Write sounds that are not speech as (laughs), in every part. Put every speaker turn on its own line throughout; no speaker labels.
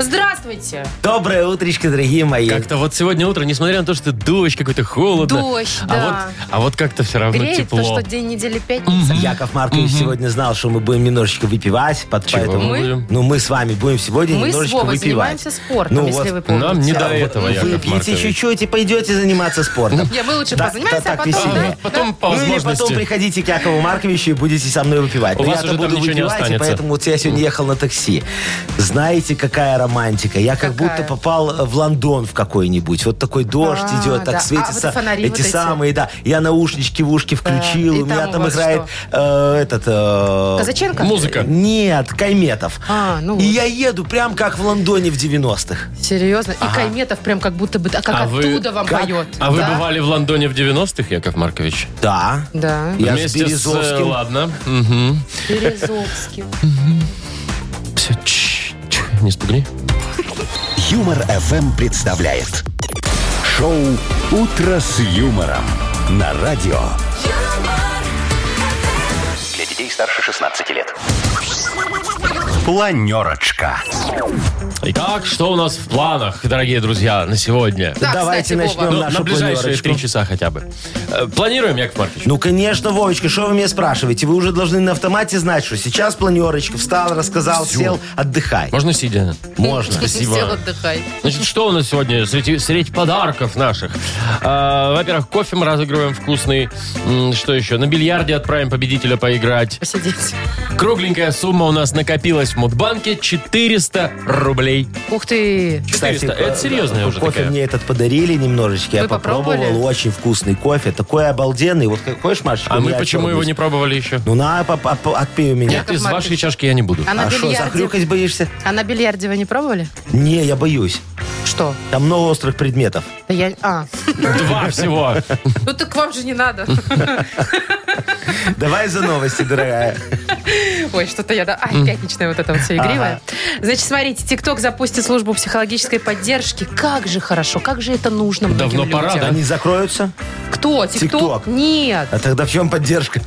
Здравствуйте.
Доброе утречко, дорогие мои.
Как-то вот сегодня утро, несмотря на то, что дождь какой-то холодно.
Дождь,
а
да.
Вот, а вот как-то все равно
Греет
тепло.
то, что день недели пятница.
Яков Маркович сегодня знал, что мы будем немножечко выпивать, под-
Чего
поэтому...
мы будем?
Ну, мы с вами будем сегодня
Мы с
немножечко
Вовой
выпивать.
занимаемся спортом,
Ну
если
вот,
вы помните.
Нам не до этого,
Вы
Яков
пьете
Маркович.
чуть-чуть и пойдете заниматься спортом.
Не, мы лучше
Да,
позанимаемся,
да,
а
так
потом...
веселее.
да,
А, Потом по
Ну или потом
возможности.
приходите к Якову Марковичу и будете со мной выпивать.
У
Но
вас
я-то
уже там
буду
ничего не
выпивать, и
останется.
поэтому вот я сегодня ехал на такси. Знаете, какая романтика? Я как
Какая?
будто попал э, в Лондон в какой-нибудь. Вот такой дождь
А,
идет,
да. А,
так светится.
вот фонари вот
Эти
эти.
самые, да. Я наушнички в ушки включил,
и
у меня
там у
там
вас
играет э, этот...
А
э,
Казаченко?
Музыка.
Нет, Кайметов.
А, ну
И
вот.
я еду прям как в Лондоне в 90-х.
Серьезно? И Кайметов прям как будто бы... А как
А вы-
оттуда вам
Как?
поет?
А вы
Да?
бывали в Лондоне в 90-х, Яков Маркович?
Да.
Да.
Я с
Вместе с... э,
Березовским.
Ладно. Мгм.
(laughs) Березовский.
Всё, чш, чш, Не спугни.
Юмор ФМ представляет. Шоу «Утро с юмором» на радио. Для детей старше 16 лет. Планерочка.
Итак, что у нас в планах, дорогие друзья, на сегодня?
Да,
Давайте
кстати,
начнем
Вова.
Ну, на
нашу
ближайшие
планерочку.
три часа хотя бы. Э, Планируем, Яков Маркович?
Ну, конечно, Вовочка, что вы меня спрашиваете? Вы уже должны на автомате знать, что сейчас планерочка. Встал, рассказал, сел, отдыхай.
Можно сидя?
Можно.
Спасибо.
Сел, отдыхай.
Значит, что у нас сегодня среди, среди подарков наших? А, во-первых, кофе мы разыгрываем вкусный. М, Что еще? На бильярде отправим победителя поиграть.
Посидеть.
Кругленькая сумма у нас накопилась в Мудбанке. 400 рублей.
Ух ты.
400.
э,
Это серьезная уже
Кофе
такая.
мне этот подарили немножечко. Я
Вы
попробовал.
попробовали?
Очень вкусный кофе. Такой обалденный. Вот как хочешь, Машечка?
А
у
мы
меня
почему его
черный.
не пробовали еще?
Ну, на, поп- поп- отпей у меня.
Нет, из вашей чашки я не буду.
А на
а что,
бильярде?
захрюкать боишься?
А на бильярде вы не пробовали?
Не, я боюсь.
Что?
Там много острых предметов.
Да я... А. (laughs)
Два всего.
Ну так вам же
(laughs)
не надо.
Давай за новости, дорогая.
Ой, что-то я... да- Ай, пятничная вот это вот все игривое. Значит, смотрите, ТикТок запустит службу психологической поддержки. Как же хорошо, как же это нужно многим
Давно пора,
людям.
Они закроются?
Кто? ТикТок?
TikTok?
Нет.
А тогда в чем поддержка?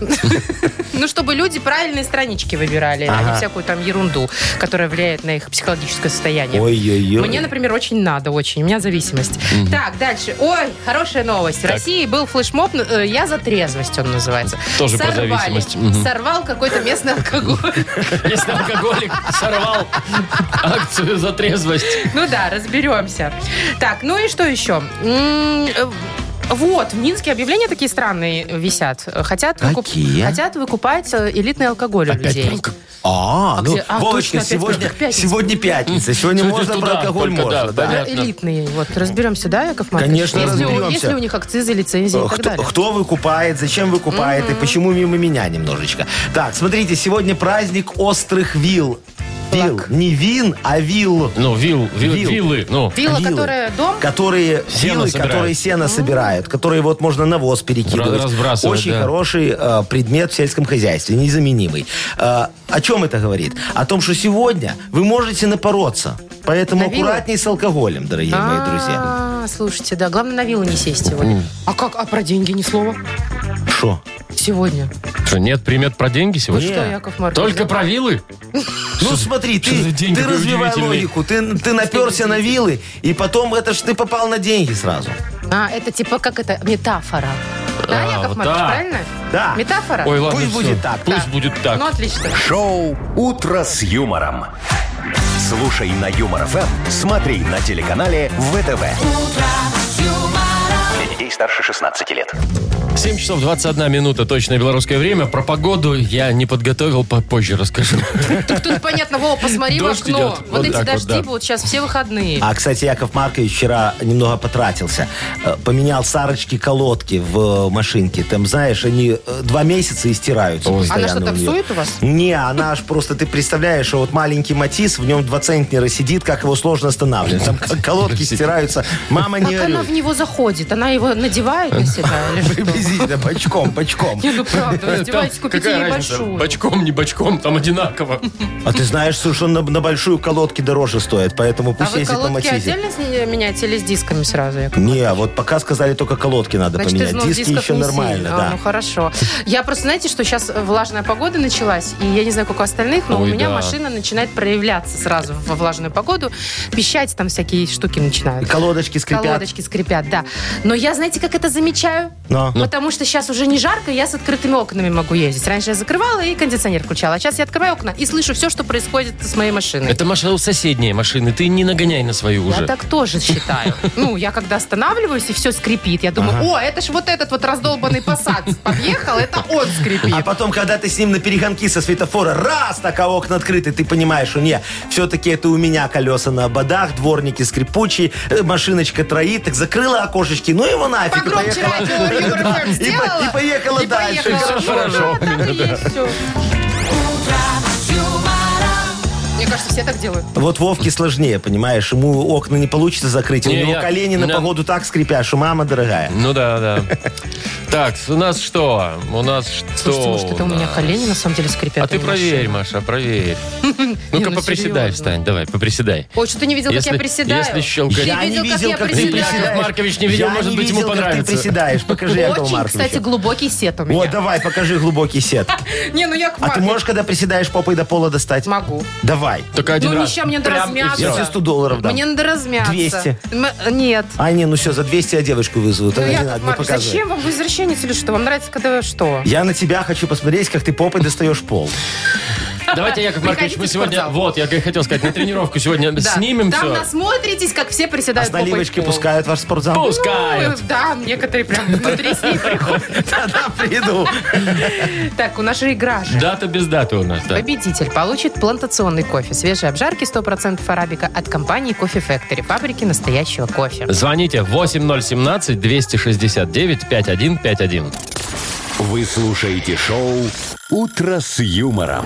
Ну, чтобы люди правильные странички выбирали, а не всякую там ерунду, которая влияет на их психологическое состояние.
Ой-ой-ой.
Мне, например, очень надо, очень. У меня зависимость. Так, дальше. Ой, хорошая новость. В России был флешмоб э, «Я за трезвость», он называется.
Тоже про
Сорвали.
зависимость. Мгм.
Сорвал какой-то местный алкоголь.
(laughs) Если алкоголик сорвал акцию за трезвость.
Ну да, разберемся. Так, ну и что еще? М, э, Вот, в Минске объявления такие странные висят. Хотят, выкуп-
Какие?
хотят выкупать э, элитный алкоголь у людей.
А,
А
ну,
где? А,
Вовочка,
точно, опять
сегодня,
как пятница.
сегодня пятница. Сегодня
Сегодня
можно
туда
про алкоголь,
только, да,
можно, да.
понятно.
Элитные, вот, разберемся, да, Яков Маркович?
Конечно,
если у,
разберемся.
если у них акцизы, лицензии и
Э,
так
Кто,
далее.
кто выкупает, зачем выкупает и почему мимо меня немножечко. Так, смотрите, сегодня праздник острых вил. Вил. Не вин, а вил.
Ну, вил, вил-
Вил.
вилы. Ну,
Вилла,
вилы.
которая дом,
Которые
Сено
вилы,
собирают.
которые сено собирают, которые вот можно навоз перекидывать.
Раз- разбрасывать,
Очень
да.
хороший э, предмет в сельском хозяйстве, незаменимый. Э, о чем это говорит? О том, что сегодня вы можете напороться. Поэтому
На вилы?
аккуратней с алкоголем, дорогие мои друзья.
А, слушайте, да, главное на виллу не сесть сегодня. А как? А про деньги ни слова?
Что?
Сегодня.
что, нет примет про деньги сегодня?
Что, Яков Маркович?
Только про вилы?
Ну смотри,
что за
ты,
день
ты
такой
развивай
удивительный?
логику. Ты, ты наперся на вилы, и потом это ж ты попал на деньги сразу.
А, это типа, как это, метафора. Да,
А,
Яков
вот
Маркович,
так.
правильно?
Да.
Метафора?
Ой, ладно,
Пусть
всё.
будет так.
Пусть будет так.
Ну, отлично.
Шоу «Утро с юмором». Слушай на Юмор ФМ, смотри на телеканале ВТВ. Для детей старше 16 лет.
7 часов 21 минута, точное белорусское время. Про погоду я не подготовил, попозже расскажу.
Так тут понятно, Вова, посмотри в
Дождь
окно.
идет.
Вот,
Вот
эти
так вот,
дожди
да.
будут сейчас все выходные.
А, кстати, Яков Маркович вчера немного потратился. Э, Поменял Сарочки колодки в э, машинке. Там, знаешь, они э, два месяца и стираются.
Ой.
Она что,
постоянно у
там
нее.
сует у вас?
Не, она аж просто, ты представляешь, что вот маленький Матис, в нем два центнера сидит, как его сложно останавливать. Там к- колодки стираются. Мама не
Как она
горюй.
(laughs)
в него заходит? Она его надевает на себя или что?
приблизительно, бочком, бочком.
Не, ну правда, вы издеваетесь,
Там
купите ей большую.
Бочком, не бочком, там одинаково.
А ты знаешь, слушай, он на, на большую колодки дороже стоит, поэтому
А
пусть
вы
ездит на
колодки
матизе.
отдельно с- меняете или с дисками сразу? Яков?
Не, а вот пока сказали, только колодки надо
Значит, из
поменять.
новых
Диски
дисков
еще
не
нормально,
сильно. А,
да.
ну хорошо. Я просто, знаете, что сейчас влажная погода началась, и я не знаю, как у остальных, но
Ой,
у меня
да.
машина начинает проявляться сразу во влажную погоду. Пищать там всякие штуки
И
начинают.
Колодочки скрипят.
ну, Колодочки скрипят, да. Но я, знаете, как это замечаю?
Но.
Ну.
Потому что сейчас уже не жарко, я с открытыми окнами могу ездить. Раньше я закрывала и кондиционер включала. А сейчас я открываю окна и слышу все, что происходит с моей машиной.
Это машина у соседней машины, ты не нагоняй на свою
Я
уже.
так тоже считаю. Ну, я когда останавливаюсь, и все скрипит. Я думаю, о, это ж вот этот вот раздолбанный посад подъехал, это он скрипит.
А потом, когда ты с ним на перегонки со светофора, раз, так а окна открыты, ты понимаешь, что не, все-таки это у меня колеса на ободах, дворники скрипучие, э, машиночка троит, так закрыла окошечки, ну его
А, типа
нафиг, и
Погромче
поехала.
радио Юмор
Да,
FM
(laughs) и по-
сделала,
и поехала
и
дальше.
поехала.
Всё
хорошо.
Ну да, так и есть всё. Мне кажется, все так делают.
Вот Вовке сложнее, понимаешь, ему окна не получится закрыть,
Не,
у него
я-
колени на
да.
погоду так скрипят, что мама дорогая.
Ну да, да. (laughs) Так, у нас что? У нас что?
Слушайте, может, это у меня
нас?
колени на самом деле скрипят.
А ты
не
проверь,
машина.
Маша,
(laughs)
проверь.
Не,
Ну-ка,
ну,
поприседай,
серьезно.
встань, давай, поприседай.
Ой, что ты не видел, как я
Если-
приседаю?
если щелкать-
Ты
«А
Я
видел, как я приседаю?
Маркович не видел,
Я
может
не
быть, ему
видел, как
понравится.
ты приседаешь. Покажи, Якова
Очень,
Марковича.
кстати, глубокий сет у
О,
меня.
давай, покажи глубокий сет.
Не, ну я к
А ты можешь, когда приседаешь, попой до пола достать?
Могу.
Давай.
Только один
Ну,
раз.
ничего, мне надо
Прям и
Я
всё.
тебе
размяться.
100 долларов дам.
Мне надо размяться.
200.
М- нет.
А, не, ну все, за 200 я девочку вызову.
Ну,
Тогда не
Яков
надо, не
Маркович,
показывай.
зачем вам вы извращенец или что? Вам нравится, когда вы что?
Я на тебя хочу посмотреть, как ты попой достаешь пол.
Давайте, Яков Маркович, мы
Приходите в
сегодня...
спортзал.
Вот, я и хотел сказать, на тренировку сегодня
Да.
снимем
Там
все.
насмотритесь, как все
А
приседают
с
попой в
наливочкой
пол.
пускают в ваш спортзал?
Ну,
Пускают.
да, некоторые прям внутри с ней приходят.
Да-да, приду.
Так, у нас же игра же.
Дата без даты у нас, да.
Победитель получит плантационный кофе свежей обжарки 100% арабика от компании Кофе Factory, фабрики настоящего кофе.
Звоните 8017-269-5151.
Вы слушаете шоу «Утро с юмором».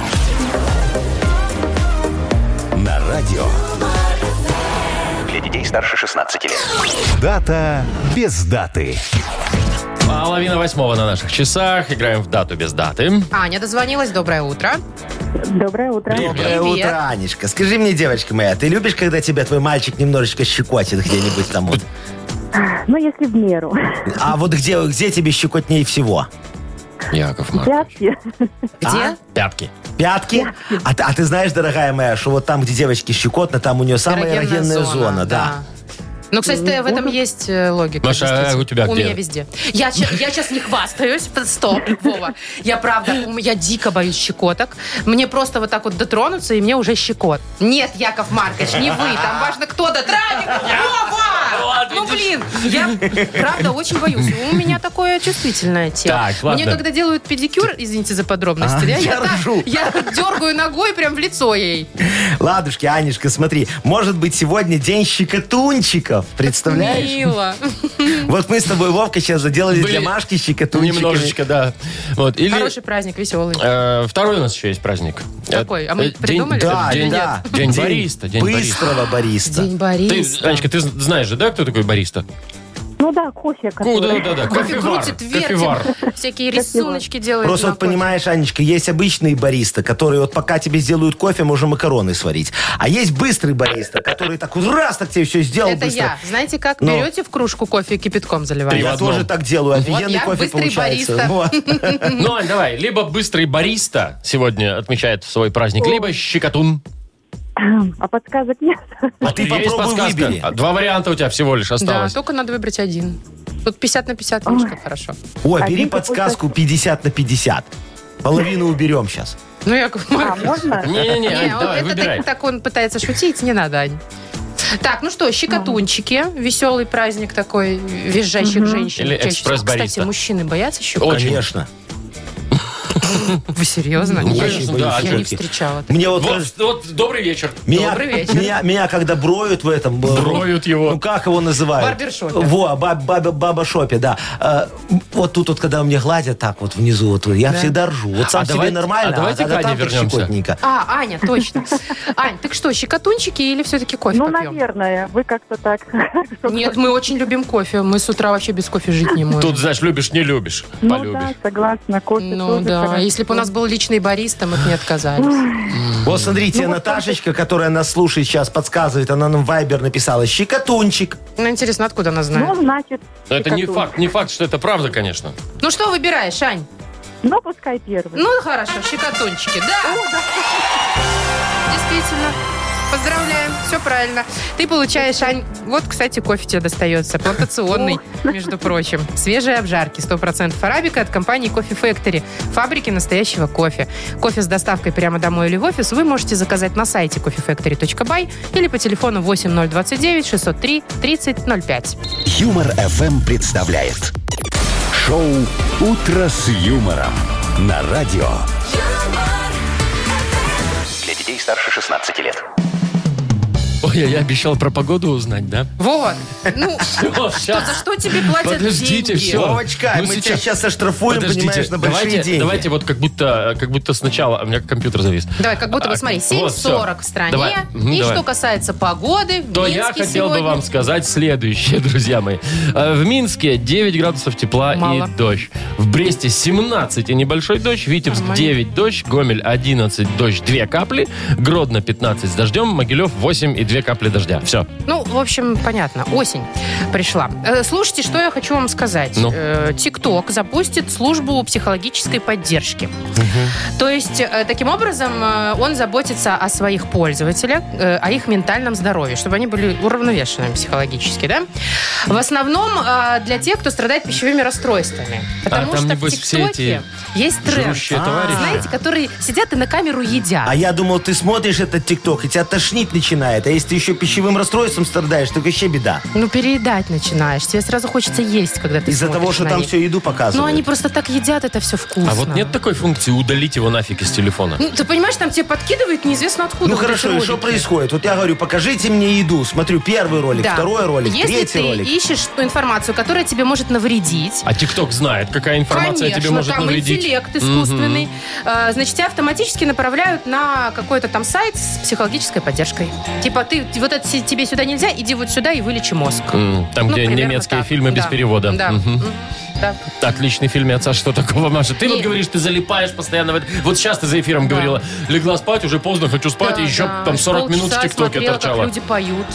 На радио.
Для детей старше 16 лет.
Дата без даты.
Половина восьмого на наших часах. Играем в дату без даты.
Аня дозвонилась, доброе утро.
Доброе утро.
Доброе
Привет.
утро, Анечка. Скажи мне, девочка моя, ты любишь, когда тебя твой мальчик немножечко щекотит где-нибудь там вот?
Ну, если
(laughs)
в меру.
А вот где, где тебе щекотнее всего?
Яков Маркович.
Пятки.
А?
Где?
Пятки.
Пятки? А, ты- а ты знаешь, дорогая моя, что вот там, где девочки щекотно, там у нее самая эрогенная зона, да.
Ну, кстати, в этом есть э, логика.
Маша, а
действительно.
у тебя
У
где?
меня везде. Я, ща- я сейчас не хвастаюсь. (laughs) Стоп, Вова. Я правда, у- я дико боюсь щекоток. Мне просто вот так вот дотронуться, и мне уже щекот. Нет, Яков Маркович, не вы. Там важно, кто дотронет.
(laughs)
Вова! Ну, блин, я правда очень боюсь. У меня такое чувствительное тело.
Так, ладно.
Мне когда делают педикюр, извините за подробности,
А,
да,
я
так-
ржу.
я дергаю ногой прям в лицо ей.
Ладушки, Анечка, смотри, может быть, сегодня день щекотунчиков, представляешь?
Мило.
Вот мы с тобой, Вовка, сейчас заделали
Были
для Машки щекотунчиками.
Немножечко, да. Вот. Или
Хороший праздник, веселый.
э, второй у нас еще есть праздник.
Какой? А мы
Э, день-
придумали?
Да,
день,
да.
День бариста. День бариста.
Быстрого бариста.
День
Ты,
Бориса.
Анечка, ты зн- знаешь же, да, кто такой бариста?
Ну да, кофе.
Ну, да,
который-
да, да.
Кофе
кофевар,
крутит,
кофевар.
вертит, всякие рисуночки делает.
Просто
на
вот
кофе.
понимаешь, Анечка, есть обычные бариста, которые вот пока тебе сделают кофе, можем макароны сварить. А есть быстрый бариста, который так вот раз так тебе все сделал
Это
быстро.
я. Знаете, как
Но.
берете в кружку кофе и кипятком
А
Ты
заливаете?
Я
в одном.
тоже так делаю, офигенный
я
кофе
быстрый бариста.
получается. Вот.
Ну, Ань, давай. Либо быстрый бариста сегодня отмечает свой праздник, либо щекотун.
А подсказок
(laughs)
нет.
А ты
Есть
попробуй
подсказка?
выбери.
А, Два варианта у тебя всего лишь
Да,
осталось.
только надо выбрать один. Тут 50 на 50, видишь, как хорошо.
О,
Один
бери
такой
подсказку 50 на 50. Половину уберем сейчас.
Ну, Яков
А,
Маркович.
(laughs) можно?
Не-не-не, Ань,
Не, он-
давай,
это
выбирай.
так, так он пытается шутить, не надо, Ань. Так, ну что, щекотунчики. Веселый праздник такой визжащих женщин.
Или
чаще всего.
экспресс-бариста.
Кстати, мужчины боятся щекотунчиков.
Очень.
Конечно.
Вы серьезно?
Ну,
Я
очень
не-
боюсь
я не
шутки.
встречала. таких.
Мне вот,
Вот,
кажется,
вот, добрый вечер.
меня,
Добрый вечер.
Меня, меня когда броют в этом... э,
Броют его.
Ну, как его называют?
Барбершопе.
Во, ба- баба, баба шопе, да. Э, вот тут вот, когда мне гладят так вот внизу, вот, я всегда ржу. Вот сам
А
себе
давайте-
нормально,
а давайте к
когда
Ане
там так
вернемся.
щекотненько.
А, Аня, точно. Ань, так что, щекотунчики или все-таки кофе
Ну,
попьем?
наверное, вы как-то так. (laughs) Ну что
Нет, мы очень любим кофе. Мы с утра вообще без кофе жить не можем.
Тут, знаешь, любишь, не любишь.
Ну да,
Полюбишь.
согласна, кофе
Ну
тоже
да,
хорошо.
если бы у нас был личный бариста, мы бы не отказались.
Вот смотрите, Наташечка, которая нас слушает сейчас, подсказывает, она нам в Вайбер написала. Щекотунчик.
Ну, интересно, откуда она
Ну,
знает?
значит,
Но это не
щекотун.
факт, не факт, что это правда, конечно.
Ну, что выбираешь, Ань?
Ну, пускай первый.
Ну, хорошо, щекотунчики, да. Действительно. Поздравляем, все правильно. Ты получаешь, Ань, вот, кстати, кофе тебе достается, плантационный, между прочим. Свежие обжарки, 100% арабика от компании Coffee Factory, фабрики настоящего кофе. Кофе с доставкой прямо домой или в офис вы можете заказать на сайте coffeefactory.by или по телефону 8029 603 3005.
Юмор FM представляет шоу Утро с юмором на радио.
Для детей старше 16 лет.
Ой, я, я обещал про погоду узнать, (laughs) да?
Вот. Ну,
Всё,
что-
щас.
за что тебе платят
Подождите,
деньги?
всё.
Вовочка,
Ну,
мы тебя
сейчас-
сейчас оштрафуем, понимаешь, на большие
давайте,
деньги.
давайте вот как будто, как будто сначала, у меня компьютер завис.
Давай, как будто бы,
А,
смотри,
вот,
7.40
всё.
в стране.
Давай. Мгм,
И
давай.
что касается погоды, в
то
Минске
я хотел
сегодня...
бы вам сказать следующее, (laughs) друзья мои. Э, В Минске 9 градусов тепла
Мало.
и дождь. В Бресте 17 и небольшой дождь. Витебск
Нормально.
9 дождь. Гомель 11 дождь, 2 капли. Гродно 15 с дождем. Могилев 8 и 2 капли дождя. Все.
Ну, в общем, понятно, осень пришла. Э, Слушайте, что я хочу вам сказать.
Ну.
Э, ТикТок запустит службу психологической поддержки. То есть, э, таким образом, э, он заботится о своих пользователях, э, о их ментальном здоровье, чтобы они были уравновешенными психологически, да? В основном э, для тех, кто страдает пищевыми расстройствами. Потому
А там,
что в
небось, все эти
ТикТоке есть тренд.
Жрущие
А,
товарищи.
Знаете, которые сидят и на камеру едят.
А я думал, ты смотришь этот ТикТок, и тебя тошнить начинает. А если ты еще пищевым расстройством страдаешь, так вообще беда.
Ну, переедать начинаешь. Тебе сразу хочется есть, когда ты
Из-за
смотришь
того, что
на
там
них.
всю еду показывают.
Ну, они просто так едят, это все вкусно.
А вот нет такой функции удалить его нафиг из телефона.
Ну, ты понимаешь, там тебе подкидывают неизвестно откуда.
Ну
вот эти
хорошо, и что
ролики.
происходит? Вот я говорю, покажите мне еду. Смотрю первый ролик,
Да.
второй ролик,
Если
третий
ты
ролик.
ищешь ту информацию, которая тебе может навредить,
А ТикТок знает, какая информация
Конечно,
тебе может
там
навредить.
интеллект искусственный. Э, Значит, тебя автоматически направляют на какой-то там сайт с психологической поддержкой. Типа, ты вот это си- тебе сюда нельзя, иди вот сюда и вылечи мозг.
М, Там,
Ну,
где
примерно
немецкие
так.
фильмы без
Да.
перевода.
Да.
Мгм.
Мгм. Да.
Отличный фильмец. А что такого, Маша? Ты вот
Не.
говоришь, ты залипаешь постоянно. в это. Вот сейчас ты за эфиром говорила. Легла спать, уже поздно, хочу спать.
Да,
и еще
да.
там 40 минут в
Полчаса
ТикТоке
смотрела,
торчала.
Как люди
(laughs)
поют.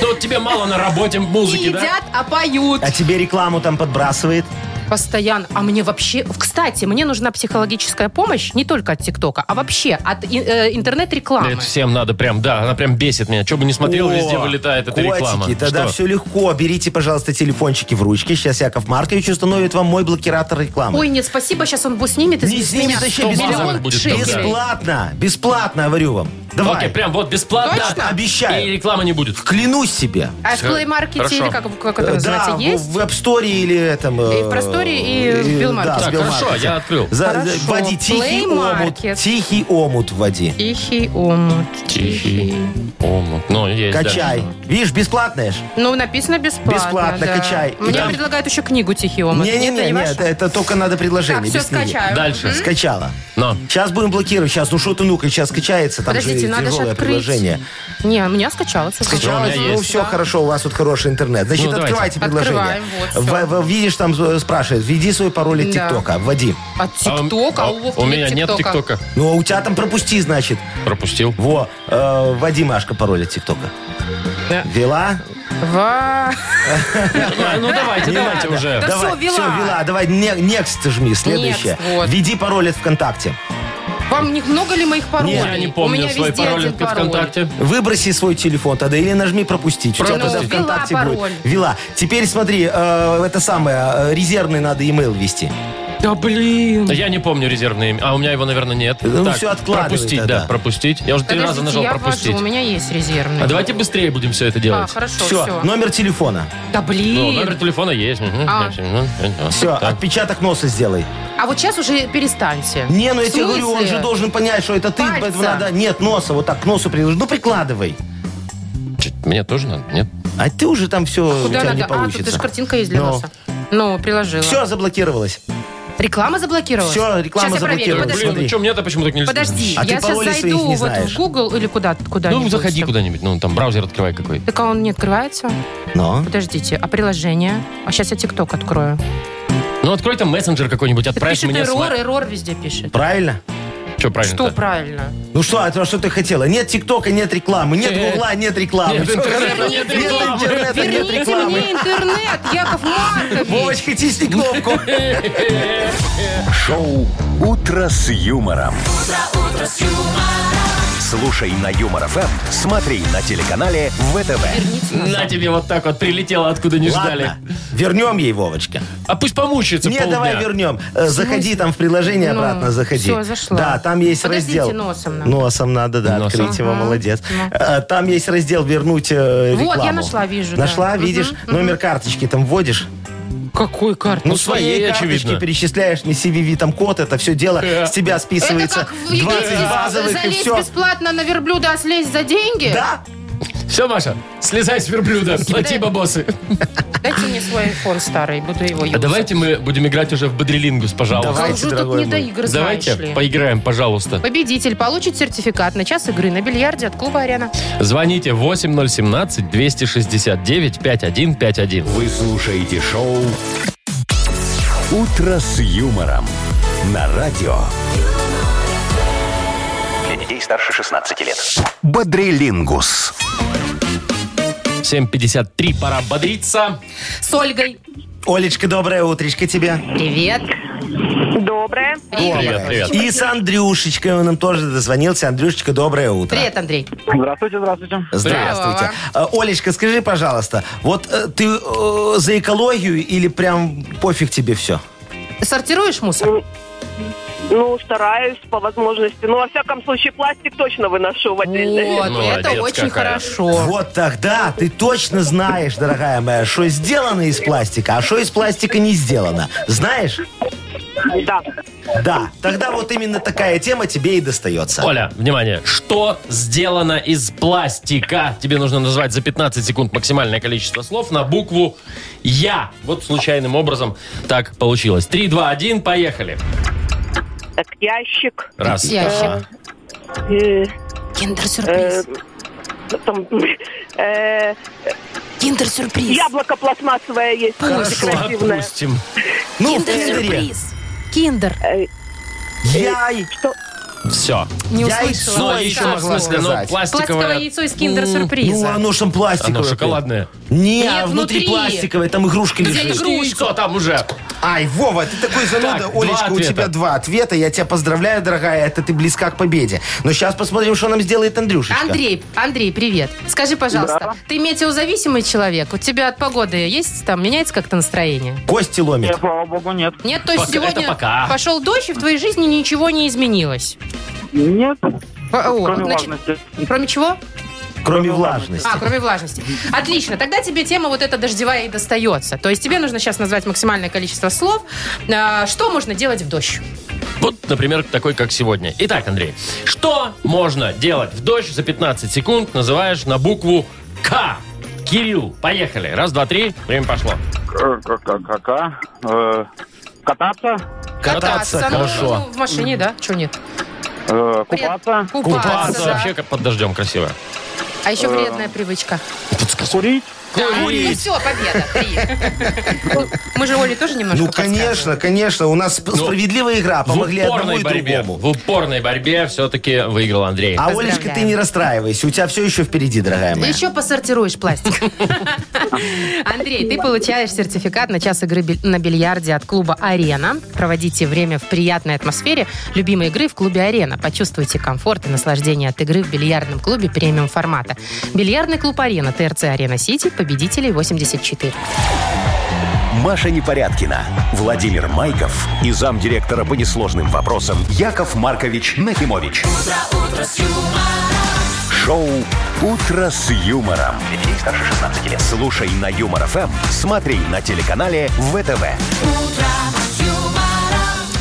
Ну вот тебе мало на работе
Не
музыки, да?
едят, а поют.
А тебе рекламу там подбрасывает.
Постоянно. А мне вообще... Кстати, мне нужна психологическая помощь не только от ТикТока, а вообще от и- э,
Да
интернет-рекламы.
Это всем надо прям, да, она прям бесит меня. Что бы не смотрел,
О,
везде вылетает эта
котики,
реклама.
тогда
Что?
все легко. Берите, пожалуйста, телефончики в ручки. Сейчас Яков Маркович установит вам мой блокиратор рекламы.
Ой, нет, спасибо, сейчас он будет снимет. из-
Не
из
снимет,
меня
зачем?
Миллион
Будет
шекелей.
там, да.
Бесплатно, бесплатно, говорю вам. Давай,
Окей, прям вот бесплатно.
Точно? Обещаю.
И рекламы не будет.
клянусь себе.
А в
Всё,
плей-маркете,
хорошо.
или как, как это
Э,
называется,
да, в-
есть?
в App Store или э, там...
И в просторе, и в Билмаркете.
Так, хорошо, я открыл.
За,
Хорошо.
за- вводи тихий омут.
Плеймаркет.
Тихий омут вводи.
Тихий омут.
Тихий омут. Ну, есть, да.
Качай. Видишь, бесплатное ж.
Ну, написано бесплатно.
Бесплатно,
да.
качай.
Мне
Там-
предлагают еще книгу «Тихий омут».
Не-не-не,
это не
нет,
ваша?
это только надо
Так,
предложение.
все,
без книги.
скачаю.
Дальше.
Скачала.
Но.
Сейчас будем блокировать. Сейчас, ну что ты, ну-ка, сейчас скачается. Там
Подождите,
же
надо же
тяжелое
открыть.
предложение.
Не, у меня скачалось. уже.
Скачалось?
Скачалось?
у меня
Ну
есть.
все, хорошо, у вас тут хороший интернет. Значит,
Ну, давайте.
открывайте предложение.
Открываем, вот, всё.
В- в- видишь, там э, спрашивает, введи свой пароль от
Да.
ТикТока, вводи.
От
А у-
ТикТока,
а
а у Вовки
У меня нет
ТикТока.
ТикТока.
Ну, а у тебя там пропусти, значит.
(laughs)
Пропустил.
Во, э, вводи, Машка, пароль от ТикТока.
Да.
Вела?
Ва.
Ну, давайте,
Не
давайте
надо.
уже.
Да всё, ввела.
всё, ввела. Давай, не- next жми, следующее.
Next, вот.
Введи пароль от ВКонтакте.
Вам не много ли моих паролей?
Я не
У
помню
меня
свой
везде
пароль
один
в ВКонтакте.
Выброси свой телефон тогда или нажми пропустить. У тебя
Пропустить.
тогда
Ну,
ВКонтакте
ввела
будет.
пароль.
Вела. Теперь смотри, э, это самое, э, резервный надо имейл ввести.
Да блин.
Я не помню резервное имя. А у меня его, наверное, нет.
Ну, всё откладывай
Пропустить,
тогда.
да, пропустить. Я уже три
Подождите,
раза нажал
я
пропустить.
ввожу, у меня есть резервный.
А давайте быстрее будем все это
А,
делать.
хорошо,
Все,
все.
номер телефона.
Да
Ну, номер
блин.
телефона есть. мгм.
А.
Всё, ну,
Все,
так.
отпечаток носа сделай.
А, а вот сейчас уже перестаньте.
Не, ну я
В
тебе говорю, он
смысле?
же должен понять, что это ты,
Пальца.
поэтому надо... Нет, носа, вот так к носу приложи. Ну, прикладывай.
Чё, Мне тоже надо, нет?
А ты уже там все, у
Куда
тебя
надо?
не
а, тут
получится.
же картинка есть для
Ну.
носа. Ну, приложила.
все, заблокировалось.
Реклама заблокировалась?
Всё, реклама
Сейчас я проверю,
заблокировалась.
подожди.
Блин,
смотри.
ну что, мне-то почему так нельзя?
Подожди,
А ты
я сейчас
пароли своих
зайду вот
не знаешь.
в Google или куда куда
Ну, заходи куда-нибудь, ну, там, браузер открывай какой.
Так а он не открывается?
Но.
Подождите, а приложение? А сейчас я ТикТок открою.
Ну, открой там мессенджер какой-нибудь,
Так
отправь
пишет
мне...
эррор, эррор везде пишет.
Правильно?
Что правильно
Что правильно?
Ну что, а то, что ты хотела? Нет ТикТока, нет рекламы, нет
Э,
Гугла, нет рекламы.
нет
Всё,
интернета,
нет
нет рекламы.
интернета, нет
Верните
рекламы.
мне интернет, Яков Маркович!
(laughs)
Вовочка, тисни кнопку.
Шоу «Утро с юмором». Слушай на Юмор ФМ, смотри на телеканале ВТВ.
На тебе вот так вот прилетело, откуда не ждали.
Ладно, вернем ей, Вовочка.
А пусть помучается
Нет,
полдня.
давай вернем. Э, Заходи там в приложение
Ну,
обратно, заходи.
всё, зашла.
Да, там есть
Подождите,
раздел.
носом надо.
Носом надо, да,
Носом.
открыть его,
Ага.
молодец.
Ну.
Э, Там есть раздел «Вернуть э,
Вот, я
рекламу».
нашла, вижу, да.
Нашла,
Мгм,
видишь?
мгм.
Номер карточки там вводишь.
Какой карт?
Ну,
своей,
своей карточки
очевидно.
перечисляешь, не CVV, там код, это все дело
Э.
с тебя
Это
списывается.
как в
20 базовых и
залезть
все.
бесплатно на верблюда, а слезть за деньги?
Да?
Все, Маша, слезай с верблюда, плати бабосы.
Дайте мне свой iPhone старый, буду его
А
юзать.
давайте мы будем играть уже в бодрилингус, пожалуйста.
Давай.
А
Давайте,
уже тут
дорогой
не
мой.
до игр, знаешь
Давайте
ли.
поиграем, пожалуйста.
Победитель получит сертификат на час игры на бильярде от клуба «Арена».
Звоните 8017-269-5151.
Вы слушаете шоу «Утро с юмором» на радио
Для детей старше 16 лет.
«Бодрилингус».
7.53, пора бодриться.
С Ольгой.
Олечка, доброе утречко тебе.
Привет. Ну.
Доброе.
Привет, привет.
И с Андрюшечкой он нам тоже дозвонился. Андрюшечка, доброе утро.
Привет, Андрей.
Здравствуйте, здравствуйте.
Здравствуйте.
Здорово.
Э, Олечка, скажи, пожалуйста, вот э, ты э, за экологию или прям пофиг тебе все?
Сортируешь мусор?
Ну, стараюсь по возможности. Ну, во всяком случае, пластик точно выношу в отдельный.
Ну,
Вот,
а
Молодец
это очень
какая.
хорошо.
Вот тогда ты точно знаешь, дорогая моя, что сделано из пластика, а что из пластика не сделано. Знаешь?
(laughs) Да.
Да. Тогда вот именно такая тема тебе и достается.
Оля, внимание, что сделано из пластика? Тебе нужно назвать за 15 секунд максимальное количество слов на букву Я. Вот случайным образом так получилось. 3, 2, 1, поехали.
Так, ящик.
Раз.
Ящик.
э, э,
Киндер-сюрприз.
там, (laughs) э,
Киндер-сюрприз.
яблоко пластмассовое есть.
Хорошо,
Красивное.
Допустим.
Ну, в киндере.
Киндер-сюрприз. Киндер.
Яй.
Все.
Не
Я
услышала.
яйцо
Ой,
еще
в
как
могла
слово.
смысле, ну,
сказать.
пластиковое.
Пластиковое яйцо из
Ну,
киндер-сюрприза.
оно же там пластиковое.
Оно шоколадное.
Не,
Нет,
а внутри
внутри. Ну,
пластиковое, там игрушка
Где
лежит.
игрушка?
Яйцо там уже.
Ай, Вова, ты такой зануда.
Так, два
Олечка, у
ответа.
тебя два ответа. Я тебя поздравляю, дорогая. Это ты близка к победе. Но сейчас посмотрим, что нам сделает Андрюшечка.
Андрей, Андрей, привет. Скажи, пожалуйста, ты метеозависимый человек? У тебя от погоды есть там, меняется как-то настроение?
Кости
Нет,
ломит.
слава богу, нет.
Нет, то есть
Пока-
сегодня
это пока.
пошел дождь, и в твоей жизни ничего не изменилось.
Нет,
О, о,
кроме
значит,
важности.
Кроме чего?
Кроме влажности.
А, кроме влажности. Отлично. Тогда тебе тема вот эта дождевая и достается. То есть тебе нужно сейчас назвать максимальное количество слов. А, Что можно делать в дождь?
Вот, например, такой, как сегодня. Итак, Андрей, что можно делать в дождь за 15 секунд, называешь на букву К? Кирилл, поехали. Раз, два, три, время пошло.
Э, как- как- кака? Э, Кататься,
Кататься
ну,
хорошо.
ну, в машине, да? Чего нет?
э, купаться,
Купаться,
Купаться
да.
вообще э, как под дождем красиво.
А еще вредная привычка.
курить.
Да, ну все, победа. Три. Ну, Мы же Оле тоже немножко
Ну, конечно,
подсказываем.
конечно. У нас сп- справедливая игра.
Ну, В
Помогли одному
упорной
и
борьбе.
другому.
В упорной борьбе все-таки выиграл Андрей.
А, Олечка, ты не расстраивайся. У тебя все еще впереди, дорогая моя.
Еще посортируешь пластик. Андрей, ты получаешь сертификат на час игры биль- на бильярде от клуба «Арена». Проводите время в приятной атмосфере любимой игры в клубе «Арена». Почувствуйте комфорт и наслаждение от игры в бильярдном клубе премиум формата. Бильярдный клуб «Арена», ТРЦ «Арена Сити», победителей 84.
Маша Непорядкина, Владимир Майков и замдиректора по несложным вопросам Яков Маркович Нахимович. Шоу «Утро с юмором».
Для детей старше 16 лет.
Слушай на Юмор ФМ, смотри на телеканале ВТВ.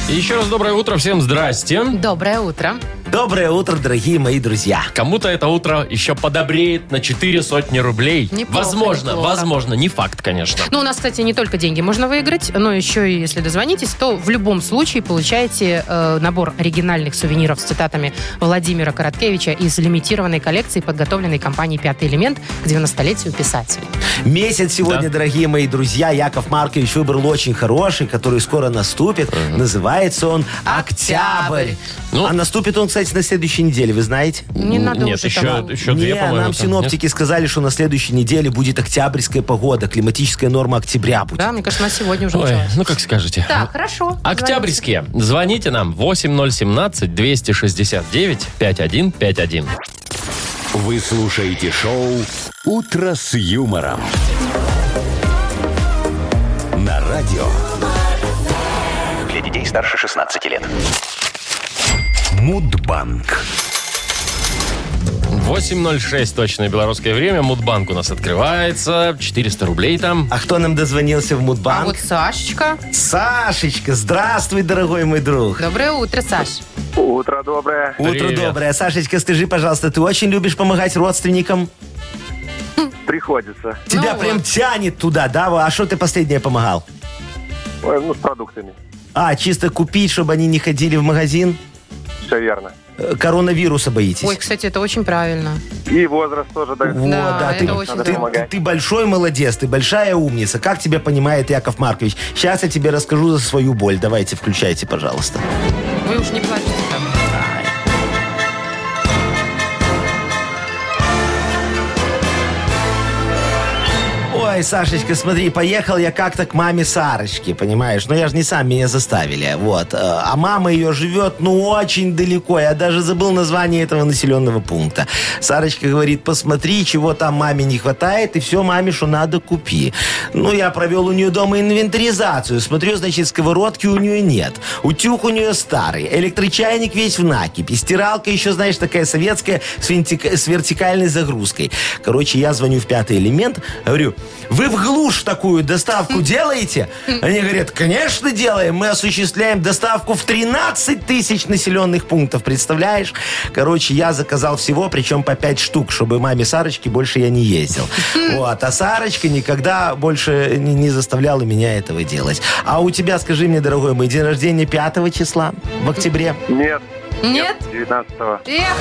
Еще раз доброе утро, всем здрасте.
Доброе утро.
Доброе утро, дорогие мои друзья.
Кому-то это утро еще подобреет на 4 сотни рублей.
Неплохо,
возможно,
неплохо.
возможно, не факт, конечно.
Ну, у нас, кстати, не только деньги можно выиграть, но еще и если дозвонитесь, то в любом случае получаете э, набор оригинальных сувениров с цитатами Владимира Короткевича из лимитированной коллекции, подготовленной компанией «Пятый элемент» к 90-летию писателя.
Месяц сегодня,
Да.
дорогие мои друзья, Яков Маркович выбрал очень хороший, который скоро наступит. Называется он «Октябрь».
Ну.
а наступит он, кстати, на следующей неделе, вы знаете?
Не надо
Нет,
уже
еще,
того.
еще
Не,
две, по-моему.
нам
там,
синоптики сказали, что на следующей неделе будет октябрьская погода, климатическая норма октября будет.
Да, мне кажется, на сегодня уже
нет? Ой,
началось.
ну как скажете.
Так, хорошо.
Октябрьские. Звоните нам 8017-269-5151.
Вы слушаете шоу «Утро с юмором». На радио
Для детей старше 16 лет.
Мудбанк.
8.06 точное белорусское время. Мудбанк у нас открывается. 400 рублей там.
А кто нам дозвонился в
А
Мудбанк?
вот Сашечка.
Сашечка, здравствуй, дорогой мой друг.
Доброе утро, Саш.
Утро доброе.
Привет.
Утро доброе. Сашечка, скажи, пожалуйста, ты очень любишь помогать родственникам?
Приходится.
Тебя
Ну
прям
вот.
тянет туда, да? А что ты последнее помогал?
Ой, ну, с продуктами.
А, чисто купить, чтобы они не ходили в магазин?
Все верно.
Э, Коронавируса боитесь?
Ой, кстати, это очень правильно.
И возраст тоже, да.
Вот,
Да,
да,
это
ты,
очень
ты-
здорово.
ты- ты большой молодец, ты большая умница. Как тебя понимает Яков Маркович? Сейчас я тебе расскажу за свою боль. Давайте, включайте, пожалуйста.
Вы уж не плачете там.
Ой, Сашечка, смотри, поехал я как-то к маме Сарочки, понимаешь? Но я же не сам, меня заставили, вот. Э, А мама ее живет, ну, очень далеко. Я даже забыл название этого населенного пункта. Сарочка говорит, посмотри, чего там маме не хватает, и все маме, что надо, купи. Ну, я провел у нее дома инвентаризацию. Смотрю, значит, сковородки у нее нет. Утюг у нее старый. Электрочайник весь в накипи. Стиралка еще, знаешь, такая советская с, винтик- (laughs) с вертикальной загрузкой. Короче, я звоню в пятый элемент. Говорю, вы в глушь такую доставку делаете? Они говорят, конечно делаем. Мы осуществляем доставку в 13 тысяч населенных пунктов. Представляешь? Короче, я заказал всего, причем по 5 штук, чтобы маме Сарочки больше я не ездил. Вот. А Сарочка никогда больше не, не заставляла меня этого делать. А у тебя, скажи мне, дорогой мой, день рождения 5 числа в октябре.
Нет,
Нет?
19-го.
Эх,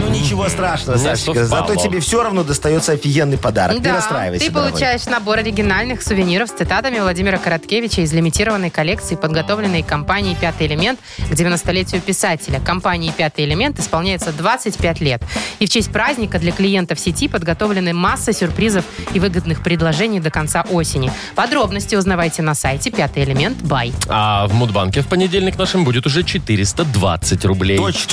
Ну ничего страшного,
Не
Сашечка.
совпало.
Зато тебе все равно достается офигенный подарок. Не А расстраивайся.
ты
дорогой.
получаешь набор оригинальных сувениров с цитатами Владимира Короткевича из лимитированной коллекции, подготовленной компанией «Пятый элемент» к 90-летию писателя. Компании «Пятый элемент» исполняется 25 лет. И в честь праздника для клиентов сети подготовлены масса сюрпризов и выгодных предложений до конца осени. Подробности узнавайте на сайте «Пятый элемент. Бай».
А в Мудбанке в понедельник нашим будет уже 420 рублей.
Точно.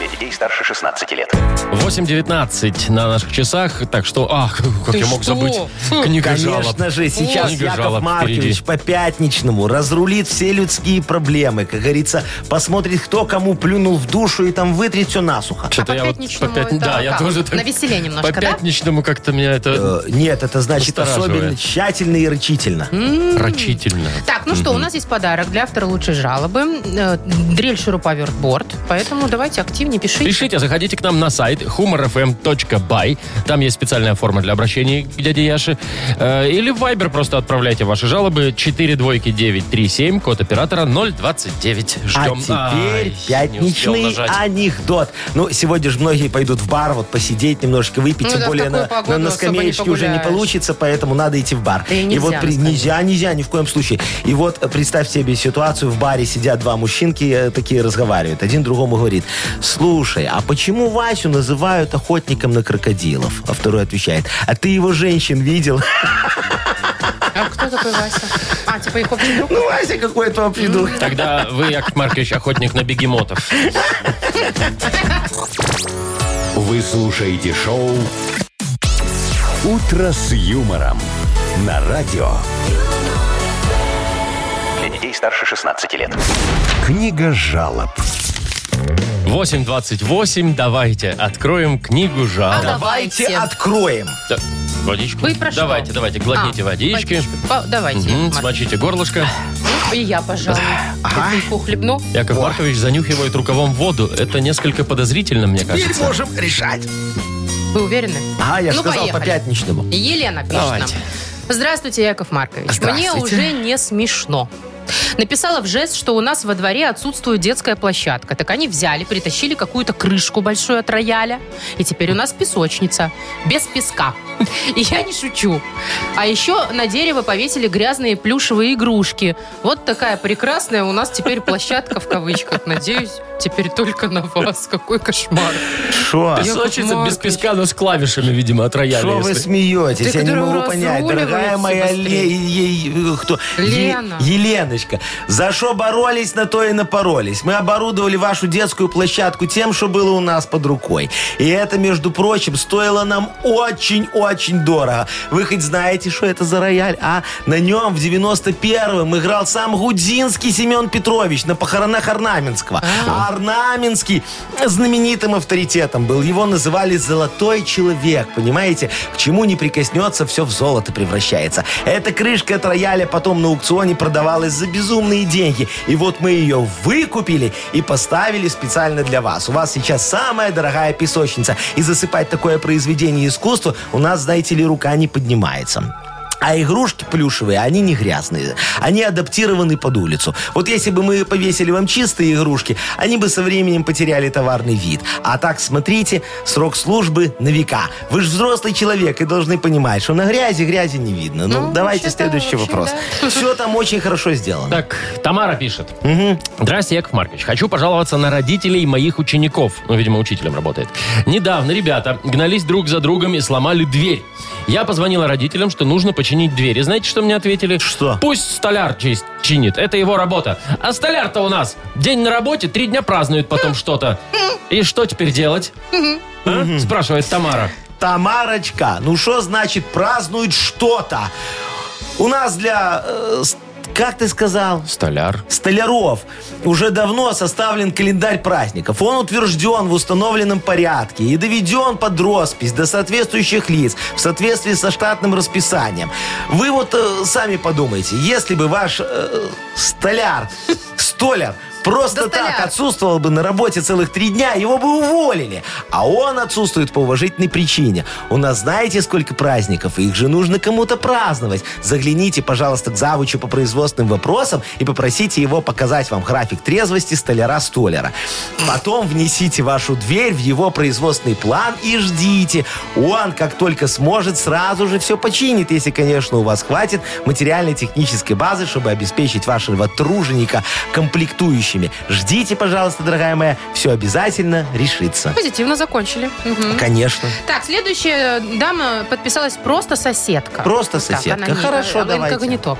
Для детей старше 16 лет.
8.19 на наших часах, так что, а, (laughs) как
Ты
я мог
что?
забыть? Книга жалоб.
Конечно же, сейчас
Книга
Яков
жалоб
Маркович
впереди.
по пятничному разрулит все людские проблемы. Как говорится, посмотрит, кто кому плюнул в душу и там вытрет все насухо.
Что-то
А по
я вот
пятничному
по пятни-
это
Да, я
как?
тоже так-
На веселе немножко,
По
да?
пятничному как-то меня это
Э, Нет, это значит
Настораживает.
особенно тщательно и рачительно.
рачительно.
Так, ну что, у нас есть подарок для автора лучшей жалобы. Э, Дрель шуруповерт борт. Поэтому давайте активнее пишите.
Пишите, заходите к нам на сайт humorfm.by. Там есть специальная форма для обращения к дяде Яше. Э, Или в Viber просто отправляйте ваши жалобы. 4 двойки 937, код оператора 029. Ждем.
А
Ай,
теперь
не успел
пятничный А.
нажать.
анекдот. Ну, сегодня же многие пойдут в бар, вот посидеть, немножечко выпить,
Ну
тем
да, в
более
такую
на,
погоду
на- на
особо не
скамеечке уже не
погуляешь.
получится, поэтому надо идти в бар.
Да и нельзя
вот
на
при-
скамейке.
нельзя, нельзя, ни в коем случае. И вот э, представь себе ситуацию, в баре сидят два мужчинки, э, такие разговаривают. Один другому говорит, слушай, а почему Васю называют охотником на крокодилов? А второй отвечает, а ты его женщин видел? (laughs)
А кто такой Вася? А, типа их общий друг?
Ну, Вася какой-то придурок.
Тогда вы, Яков Маркович, охотник на бегемотов.
Вы слушаете шоу «Утро с юмором» на радио.
Для детей старше 16 лет.
Книга жалоб.
8.28, давайте откроем книгу
А
жалоб.
Давайте
давайте.
откроем.
Да, Водичку?
Вы про что?
Давайте, давайте, глотните
А,
водички.
Па- Давайте.
Мгм,
Марк.
Смочите горлышко.
И я, пожалуй. Ну, Кофейку хлебну.
Яков Маркович занюхивает рукавом воду. Это несколько подозрительно, мне
Теперь
кажется.
можем решать.
Вы уверены?
Ага, А, я же
Ну,
сказал по
поехали.
пятничному.
Елена пишет
Давайте.
нам. Здравствуйте, Яков Маркович.
Здравствуйте.
Мне уже не смешно. Написала в жест, что у нас во дворе отсутствует детская площадка. Так они взяли, притащили какую-то крышку большую от рояля. И теперь у нас песочница. Без песка. (laughs) И я не шучу. А еще на дерево повесили грязные плюшевые игрушки. Вот такая прекрасная у нас теперь площадка в кавычках. Надеюсь, теперь только на вас. Какой кошмар.
Шо?
Яков
Песочница без
Маркович.
песка, но с клавишами, видимо, от рояля.
Что вы
если.
смеетесь?
Ты,
я не
который
могу понять. Дорогая
разруливается
моя
быстрее.
Ле- е- е- кто? Е-
Лена.
Еленочка, за что боролись, на то и напоролись. Мы оборудовали вашу детскую площадку тем, что было у нас под рукой. И это, между прочим, стоило нам очень-очень дорого. Вы хоть знаете, что это за рояль? А на нем в 91-м играл сам Гудзинский Семен Петрович на похоронах Орнаменского. А Орнаменский знаменитым авторитетом был. Его называли «золотой человек», понимаете? К чему не прикоснется, все в золото превращается. Эта крышка от рояля потом на аукционе продавалась за безумные деньги. И вот мы ее выкупили и поставили специально для вас. У вас сейчас самая дорогая песочница. И засыпать такое произведение искусства у нас, знаете ли, рука не поднимается. А игрушки плюшевые, они не грязные. Они адаптированы под улицу. Вот если бы мы повесили вам чистые игрушки, они бы со временем потеряли товарный вид. А так, смотрите, срок службы на века. Вы же взрослый человек и должны понимать, что на грязи грязи не видно. Ну,
Ну,
давайте
вообще-то,
следующий
вообще,
вопрос. (laughs)
да.
Все там очень хорошо сделано.
Так, Тамара пишет. Здрасте, Яков Маркович. Хочу пожаловаться на родителей моих учеников. Ну, видимо, учителем работает. Недавно ребята гнались друг за другом и сломали дверь. Я позвонила родителям, что нужно починить дверь. И знаете, что мне ответили?
Что?
Пусть столяр честь чинит. Это его работа. А столяр-то у нас день на работе, три дня празднует потом что-то. И что теперь делать? А? Спрашивает Тамара.
Тамарочка, ну что значит празднует что-то? У нас для... э, с- как ты сказал?
Столяр.
Столяров уже давно составлен календарь праздников. Он утвержден в установленном порядке и доведен под роспись до соответствующих лиц в соответствии со штатным расписанием. Вы вот э, сами подумайте, если бы ваш э, столяр, столяр просто
Да столяр.
так отсутствовал бы на работе целых три дня, его бы уволили. А он отсутствует по уважительной причине. У нас знаете, сколько праздников, и их же нужно кому-то праздновать. Загляните, пожалуйста, к завучу по производственным вопросам и попросите его показать вам график трезвости столяра-столяра. Потом внесите вашу дверь в его производственный план и ждите. Он, как только сможет, сразу же все починит, если, конечно, у вас хватит материально-технической базы, чтобы обеспечить вашего труженика комплектующими. Ждите, пожалуйста, дорогая моя, все обязательно решится.
Позитивно закончили. Мгм.
Конечно.
Так, следующая дама подписалась просто соседка.
Просто
Вот так,
соседка.
она не-
Хорошо,
она
давайте.
инкогнито.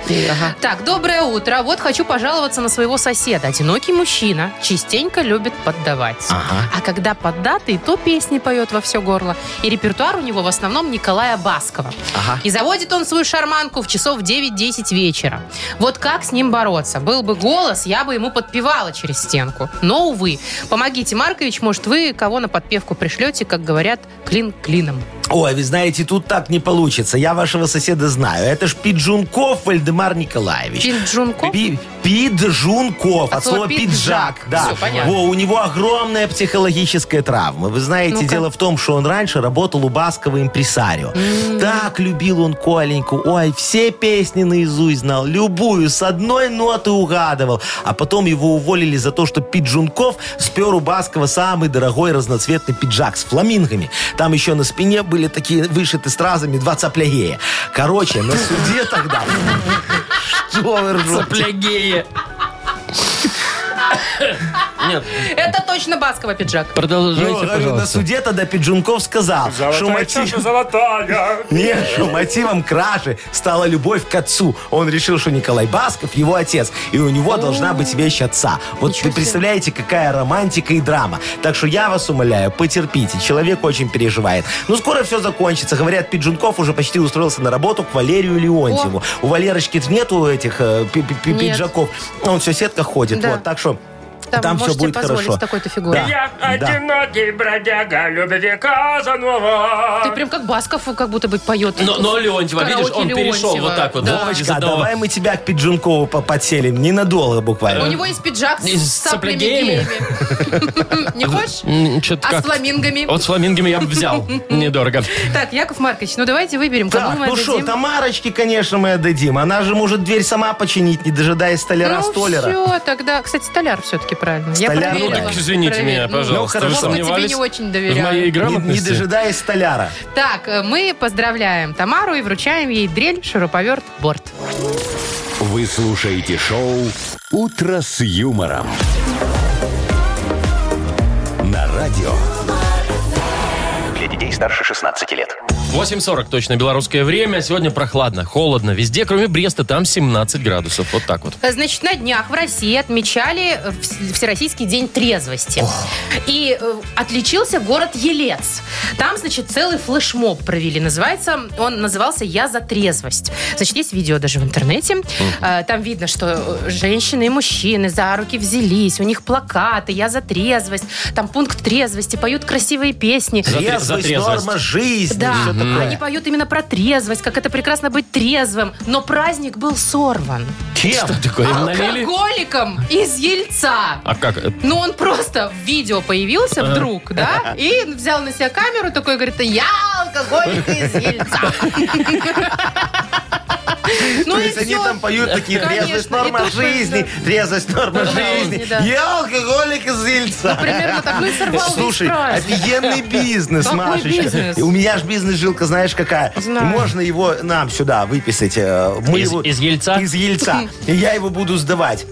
Так, доброе утро. Вот хочу пожаловаться на своего соседа. Одинокий мужчина частенько любит поддавать.
Ага.
А когда поддатый, то песни поет во все горло. И репертуар у него в основном Николая Баскова.
Ага.
И заводит он свою шарманку в часов 9-10 вечера. Вот как с ним бороться? Был бы голос, я бы ему подпевала через стенку. Но, увы. Помогите, Маркович, может, вы кого на подпевку пришлете, как говорят, клин клином.
Ой, а вы знаете, тут так не получится. Я вашего соседа знаю. Это ж Пиджунков Вальдемар Николаевич.
Пинджунко?
Пи- Пиджунков. От,
От
слова
слова
пиджак.
А пиджак.
Да.
Всё, понятно.
Во, у него огромная психологическая травма. Вы знаете,
Ну-ка.
дело в том, что он раньше работал у Баскова импресарио. Так любил он Коленьку. Ой, все песни наизусть знал. Любую, с одной ноты угадывал. А потом его уволили за то, что Пиджунков спер у Баскова самый дорогой разноцветный пиджак с фламингами. Там еще на спине были такие вышиты стразами два цапля гея. Короче, на суде тогда... Что вы ржете?
Плягея. Нет,
Это точно Баскова пиджак.
продолжайте,
Ну, говорю, на
пожалуйста.
суде тогда Пиджунков сказал, что, мотив- (laughs) Нет, что мотивом кражи стала любовь к отцу. Он решил, что Николай Басков его отец, и у него должна быть вещь отца.
Ничего
Вот вы
себе.
представляете, какая романтика и драма. Так что я вас умоляю, потерпите. Человек очень переживает. Ну, скоро все закончится. Говорят, Пиджунков уже почти устроился на работу к Валерию Леонтьеву. У Валерочки нету этих э, пи- пи- пи-
Нет.
пиджаков. Он все в сетках ходит.
Да.
Вот, так что...
там,
Там всё
можете
будет
позволить
хорошо.
такой-то фигуре.
Да.
одинокий бродяга, любви Казанова.
Ты прям как Басков как будто бы поет.
Но, но Леонтьева, видишь, он
Караоке
перешел
Леонтьева.
вот так вот.
Да.
Вовочка,
Вовочка,
давай.
давай мы тебя к Пиджункову по- подселим. Ненадолго буквально.
У него есть пиджак
И
с
с
саплями
саплегеями.
геями. (laughs) Не хочешь?
М, чё-то
А с
как-то.
фламингами?
Вот с фламингами я бы взял. Недорого.
Так, Яков Маркович, ну давайте выберем, кому
Так,
мы
ну что,
отдадим.
Тамарочке, конечно, мы отдадим. Она же может дверь сама починить, не дожидаясь столяра, столяра.
все, Ну тогда... Кстати, столяр все-таки правильно. Я
Столяр,
проверила.
ну так
извините меня,
Ну,
пожалуйста,
вы
Вова, тебе
сомневались?
не очень
В
доверяю.
моей
Не, не
грамотности.
дожидаясь столяра.
Так, э, мы поздравляем Тамару и вручаем ей дрель, шуруповерт, борт.
Вы слушаете шоу «Утро с юмором». На радио.
Для детей старше 16 лет.
8.40 точно белорусское время. Сегодня прохладно, холодно. Везде, кроме Бреста, там 17 градусов. Вот так вот.
Э, Значит, на днях в России отмечали э, вс- Всероссийский день трезвости. И э, отличился город Елец. Там, значит, целый флешмоб провели. Называется, он назывался «Я за трезвость». Значит, есть видео даже в интернете. Э, Там видно, что э, женщины и мужчины за руки взялись. У них плакаты «Я за трезвость». Там пункт трезвости, поют красивые песни.
За тре- за
Трезвость,
трезвость.
норма жизни.
Да,
всё такое.
они поют именно про трезвость, как это прекрасно быть трезвым. Но праздник был сорван
Чем? Что такое?
А
Им налили?
алкоголиком из Ельца.
А как? э,
Ну, он просто в видео появился вдруг, да, и взял на себя камеру, такой говорит, я алкоголик из
(laughs)
Ельца. Ну
То
и
есть они
все.
там поют такие
Конечно,
трезвость
и
норма
тут
жизни,
мы-
трезвость норма жизни.
жизни, да.
Я алкоголик из Ильца.
Примерно так, ну и сорвал весь
Слушай, а
праздник.
офигенный бизнес,
Какой
Машечка.
бизнес?
У меня же бизнес-жилка, знаешь, какая.
Знаю.
Можно его нам сюда выписать. э, Мы
Из-
его-
из Ельца?
Из Ельца. И я его буду сдавать.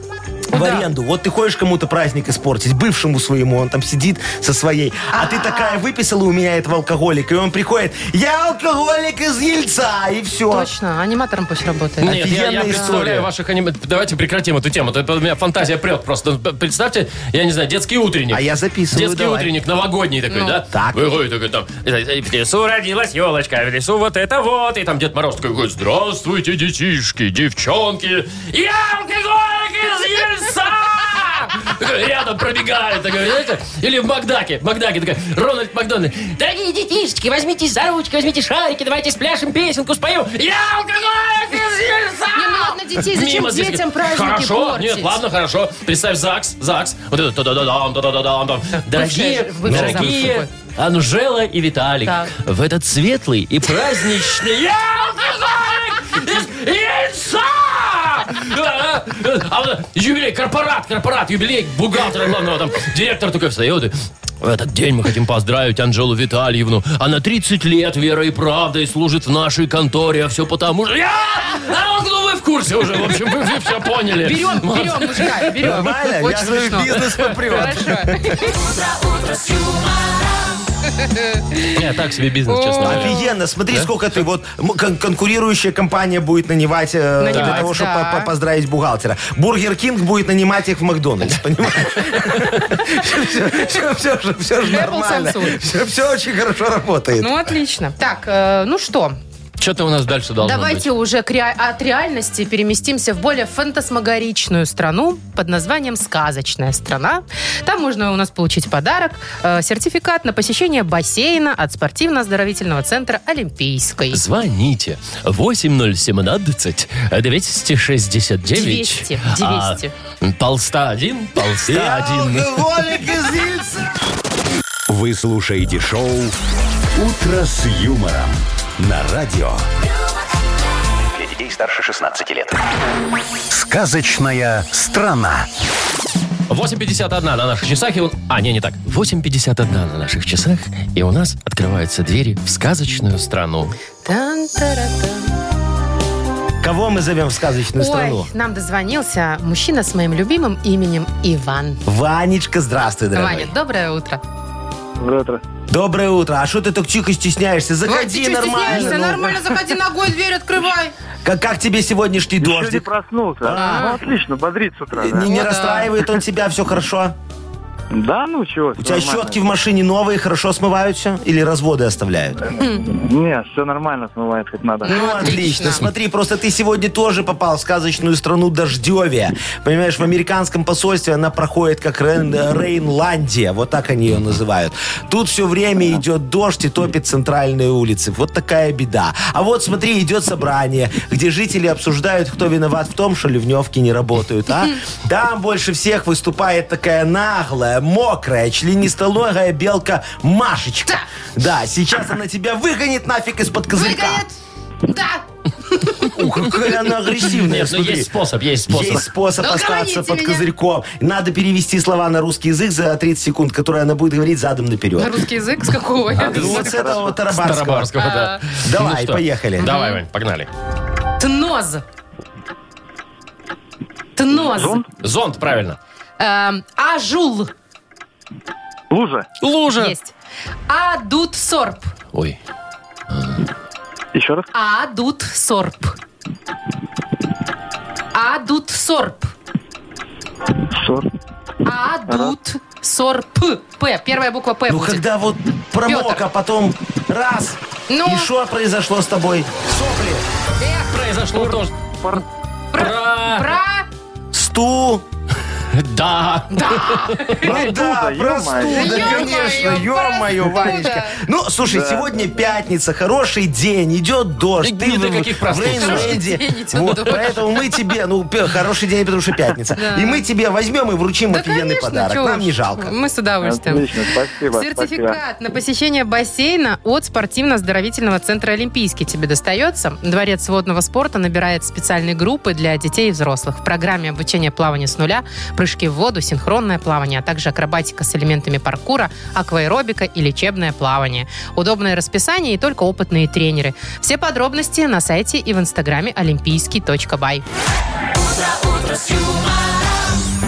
В
Да.
аренду. Вот ты хочешь кому-то праздник испортить, бывшему своему, он там сидит со своей. А ты такая выписала у меня этого алкоголика, и он приходит, я алкоголик из Ельца, и все.
Точно, аниматором пусть работает.
Нет, я, я
Офигенная история.
представляю ваших аниме... Давайте прекратим эту тему. Это у меня фантазия прет просто. Представьте, я не знаю, детский утренник.
А я записываю,
Детский
давай. Ну.
утренник, новогодний такой, да?
Так.
Выходит такой там, э, в лесу родилась елочка, а в лесу вот это вот. И там Дед Мороз такой, говорит, здравствуйте, детишки, девчонки. Я алкоголик из Ельца! Такой Рядом пробегает, такой, знаете? Или в Макдаке. В Макдаке такой, Рональд Макдональд. Дорогие детишечки, возьмитесь за ручки, возьмите шарики, давайте спляшем, песенку спою. Я алкоголик из Ельца!
Не, ну ладно, детей, зачем
Мимо здесь
детям
говорит,
праздники
Хорошо,
портить?
нет, ладно, хорошо. Представь ЗАГС, ЗАГС. Вот это та-да-да-дам, та-да-да-дам. там. Дорогие,
же- бывший ЗАГС
дорогие
такой.
Анжела и Виталик.
Так.
В этот светлый и праздничный я алкоголик из Ельца! Да, да. А вот юбилей, корпорат, корпорат, юбилей бухгалтера главного, там директор такой встает и в этот день мы хотим поздравить Анжелу Витальевну. Она 30 лет верой и правдой служит в нашей конторе, а все потому что... Я! А, ну вы в курсе уже, в общем, вы, вы все поняли.
Берем,
(laughs)
берем мужика, берем.
Нормально, я
Очень
свой
смешно.
бизнес попрет.
Хорошо.
Не, так себе бизнес, честно говоря.
Офигенно, смотри, сколько ты вот м- кон- конкурирующая компания будет нанимать э, для
Нанимать,
того, чтобы
да.
по- по- поздравить бухгалтера. Бургер Кинг будет нанимать их в Макдональдс, понимаешь? Все же, все же
Apple,
нормально.
Samsung.
Все очень хорошо работает.
Ну, отлично. Так, э, ну что,
Что-то у нас дальше должно
Давайте уже к ре- от реальности переместимся в более фантасмагоричную страну под названием «Сказочная страна». Там можно у нас получить подарок, э, сертификат на посещение бассейна от спортивно-оздоровительного центра «Олимпийской».
быть. Звоните 8017 269
200, 200.
А, полста один, полста
Я
один.
алкоголик из Ильца.
Вы слушаете шоу «Утро с юмором». На радио.
Для детей старше 16 лет.
Сказочная страна.
8.51 на наших часах, и он... А, не, не так. 8.51 на наших часах, и у нас открываются двери в сказочную страну.
Тан-тара-тан.
Кого мы зовем в сказочную страну?
Ой, нам дозвонился мужчина с моим любимым именем Иван.
Ванечка, здравствуй, дорогой.
Ваня, доброе утро.
Доброе утро. А что ты так тихо стесняешься?
Вань, ты
Заходи
что стесняешься?
нормально. ну.
Нормально, заходи ногой, дверь открывай.
Как как тебе сегодняшний
Еще не
дождик? Э,
проснулся.
(laughs) А.
Ну, отлично, бодрит с утра. да.
Не не
О, да.
расстраивает он тебя, все хорошо?
Да, ну чего?
У тебя щетки в машине новые, хорошо смываются? Или разводы оставляют?
Не, все нормально смывает как надо.
Ну, отлично. Смотри, просто ты сегодня тоже попал в сказочную страну Дождевия. Понимаешь, в американском посольстве она проходит как Рен- Рейнландия. Вот так они ее называют. Тут все время идет дождь и топит центральные улицы. Вот такая беда. А вот смотри, идет собрание, где жители обсуждают, кто виноват в том, что ливневки не работают. А? Там больше всех выступает такая наглая, мокрая, членистоногая белка Машечка. Да, сейчас она тебя выгонит нафиг из-под козырька.
Выгонят? Да.
Ух, какая она агрессивная,
Нет, ну
смотри.
есть способ, есть способ.
Есть способ
Ну,
остаться
говорите
под
меня.
козырьком. Надо перевести слова на русский язык за 30 секунд, которые она будет говорить задом
На
наперед.
А, русский язык с какого?
Ну, Вот с этого вот тарабарского.
Тарабарского, да.
Давай,
Ну что,
поехали.
Давай, Вань, погнали.
Тноз. Тноз.
Зонт, правильно.
Эм, Ажул.
Лужа,
Лужа.
Есть. Адутсорб.
Ой.
еще раз.
Адутсорб. Адутсорб.
Сор.
Адутсорб. П. Первая буква П
Ну,
будет.
когда вот промок,
Пётр.
а потом раз,
Ну?
и что произошло с тобой? Сопли.
Произошло тоже. Про...
Про...
Сту.
Да.
Да,
Простуда, ё-моё.
простуда,
Ё-моё,
конечно, ё-моё,
простуда.
Ванечка. Ну, слушай, сегодня пятница, хороший день, идет дождь.
Да ни до каких
в
простуд.
Рейн-Лэнде.
Хороший день идет
Вот,
дождь.
Поэтому мы тебе, ну, пе- хороший день, потому что пятница.
Да.
И мы тебе возьмем и вручим
Да,
офигенный
конечно,
подарок.
чё
Нам
уж.
не жалко.
Мы с удовольствием.
Отлично, спасибо.
Сертификат
спасибо.
на посещение бассейна от спортивно-оздоровительного центра «Олимпийский» тебе достается. Дворец водного спорта набирает специальные группы для детей и взрослых. В программе обучения плавания с нуля, прыжки в воду, синхронное плавание, а также акробатика с элементами паркура, акваэробика и лечебное плавание. Удобное расписание и только опытные тренеры. Все подробности на сайте и в инстаграме олимпийский.бай.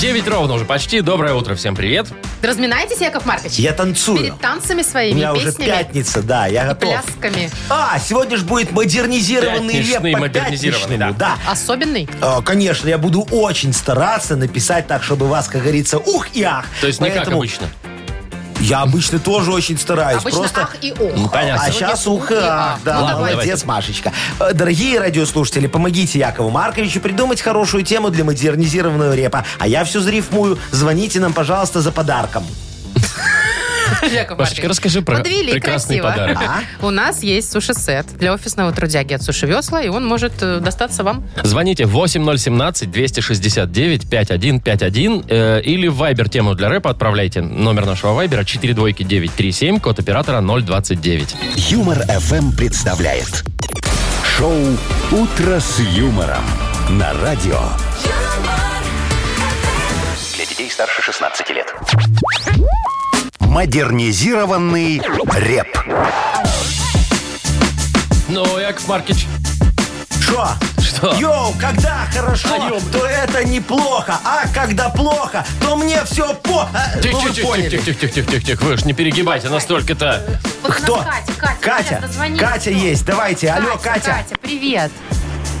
9 ровно уже почти. Доброе утро, всем привет.
Разминайтесь, Яков Маркович?
Я танцую.
Перед танцами
У
своими,
меня уже
песнями,
пятница, да, я готов.
плясками.
А, сегодня же будет модернизированный
Пятничный,
реп по
модернизированный,
пятничному, да.
Особенный?
Э, Конечно, я буду очень стараться написать так, чтобы вас, как говорится, ух и ах.
То есть не как
Поэтому
обычно.
Я обычно тоже очень стараюсь.
Обычно
просто...
ах и ох.
Ну, понятно.
А
Сегодня
сейчас
ух
ух
и
и
ах.
ах, да,
Ну, давайте.
молодец, Машечка. Э, Дорогие радиослушатели, помогите Якову Марковичу придумать хорошую тему для модернизированного репа. А я все зарифмую. Звоните нам, пожалуйста, за подарком.
Машечка,
Яков Маркович,
расскажи про
подвели,
прекрасный
красиво.
подарок.
А?
У нас есть суши-сет для офисного трудяги от Суши Весла, и он может э, достаться вам.
Звоните 8017-269-5151 э, или в Viber тему для рэпа отправляйте. Номер нашего Вайбера 42937, код оператора 029.
Юмор ФМ представляет. Шоу «Утро с юмором» на радио.
Для детей старше 16 лет.
Модернизированный реп.
Ну, Яков Маркич,
Шо?
Что?
Йоу, когда хорошо,
А, ё-
то это неплохо. А когда плохо, то мне все по... А, ну, вы поняли.
Тихо-тихо-тихо-тихо-тихо-тихо, вы ж не перегибайте настолько-то.
Вот
Кто?
у нас Катя, Катя,
Катя,
Катя, дозвонись.
Катя есть, давайте. Алло, Катя.
Катя, привет.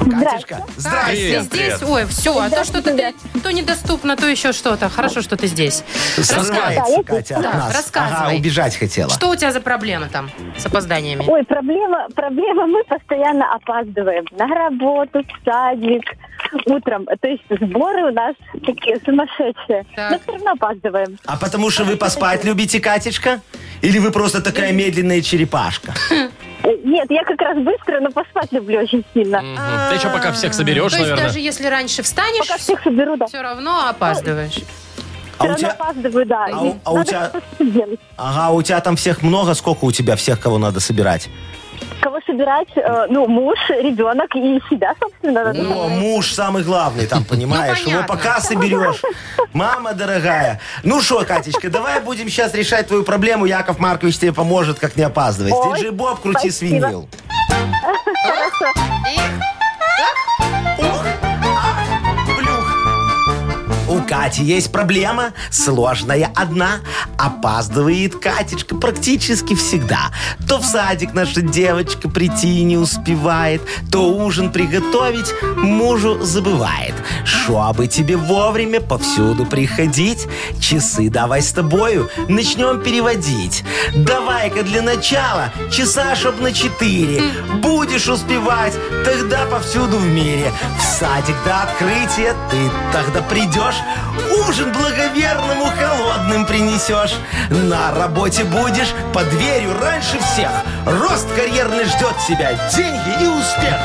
Катюшка,
Катя,
здрасте.
Привет,
здесь,
привет.
ой, все, а то что-то ты, то недоступно, то еще что-то. Хорошо, что ты здесь. Рассказывай.
Срывается Катя от
Да,
нас.
рассказывай.
Ага, убежать хотела.
Что у тебя за проблема там с опозданиями?
Ой, проблема, проблема, мы постоянно опаздываем на работу, в садик, утром. То есть сборы у нас такие сумасшедшие.
Так.
Но все равно опаздываем.
А потому что вы поспать любите, Катечка? Или вы просто такая медленная черепашка? А
Э, Нет, я как раз быстро, но поспать люблю очень сильно.
Мгм. Ты еще пока всех соберешь,
То есть
наверное.
даже если раньше встанешь,
Пока всех соберу, да. Все
все равно опаздываешь.
А у
равно
тебя...
опаздываю, да.
А у- а у
Надо
тебя-
что-то делать.
Ага, у тебя там всех много? Сколько у тебя всех, кого надо собирать?
Кого собирать? Э, Ну, муж, ребенок и себя, собственно. надо
О, муж самый главный там, понимаешь?
Ну,
Его
понятно.
пока соберешь. Мама дорогая. Ну что, Катечка, давай будем сейчас решать твою проблему. Яков Маркович тебе поможет, как не опаздывать.
Ой,
Диджей Боб, крути
спасибо.
свинил.
Эх,
Ух, а, блюх. у Кати есть проблема, сложная одна. Опаздывает Катечка практически всегда. То в садик наша девочка прийти не успевает, то ужин приготовить мужу забывает. Чтобы тебе вовремя повсюду приходить, часы давай с тобою начнем переводить. Давай-ка для начала часа чтоб на четыре. Будешь успевать, тогда повсюду в мире. В садик до открытия ты тогда придешь, ужин благоверному холодным принесешь. На работе будешь под дверью раньше всех. Рост карьерный ждет тебя, деньги и успех.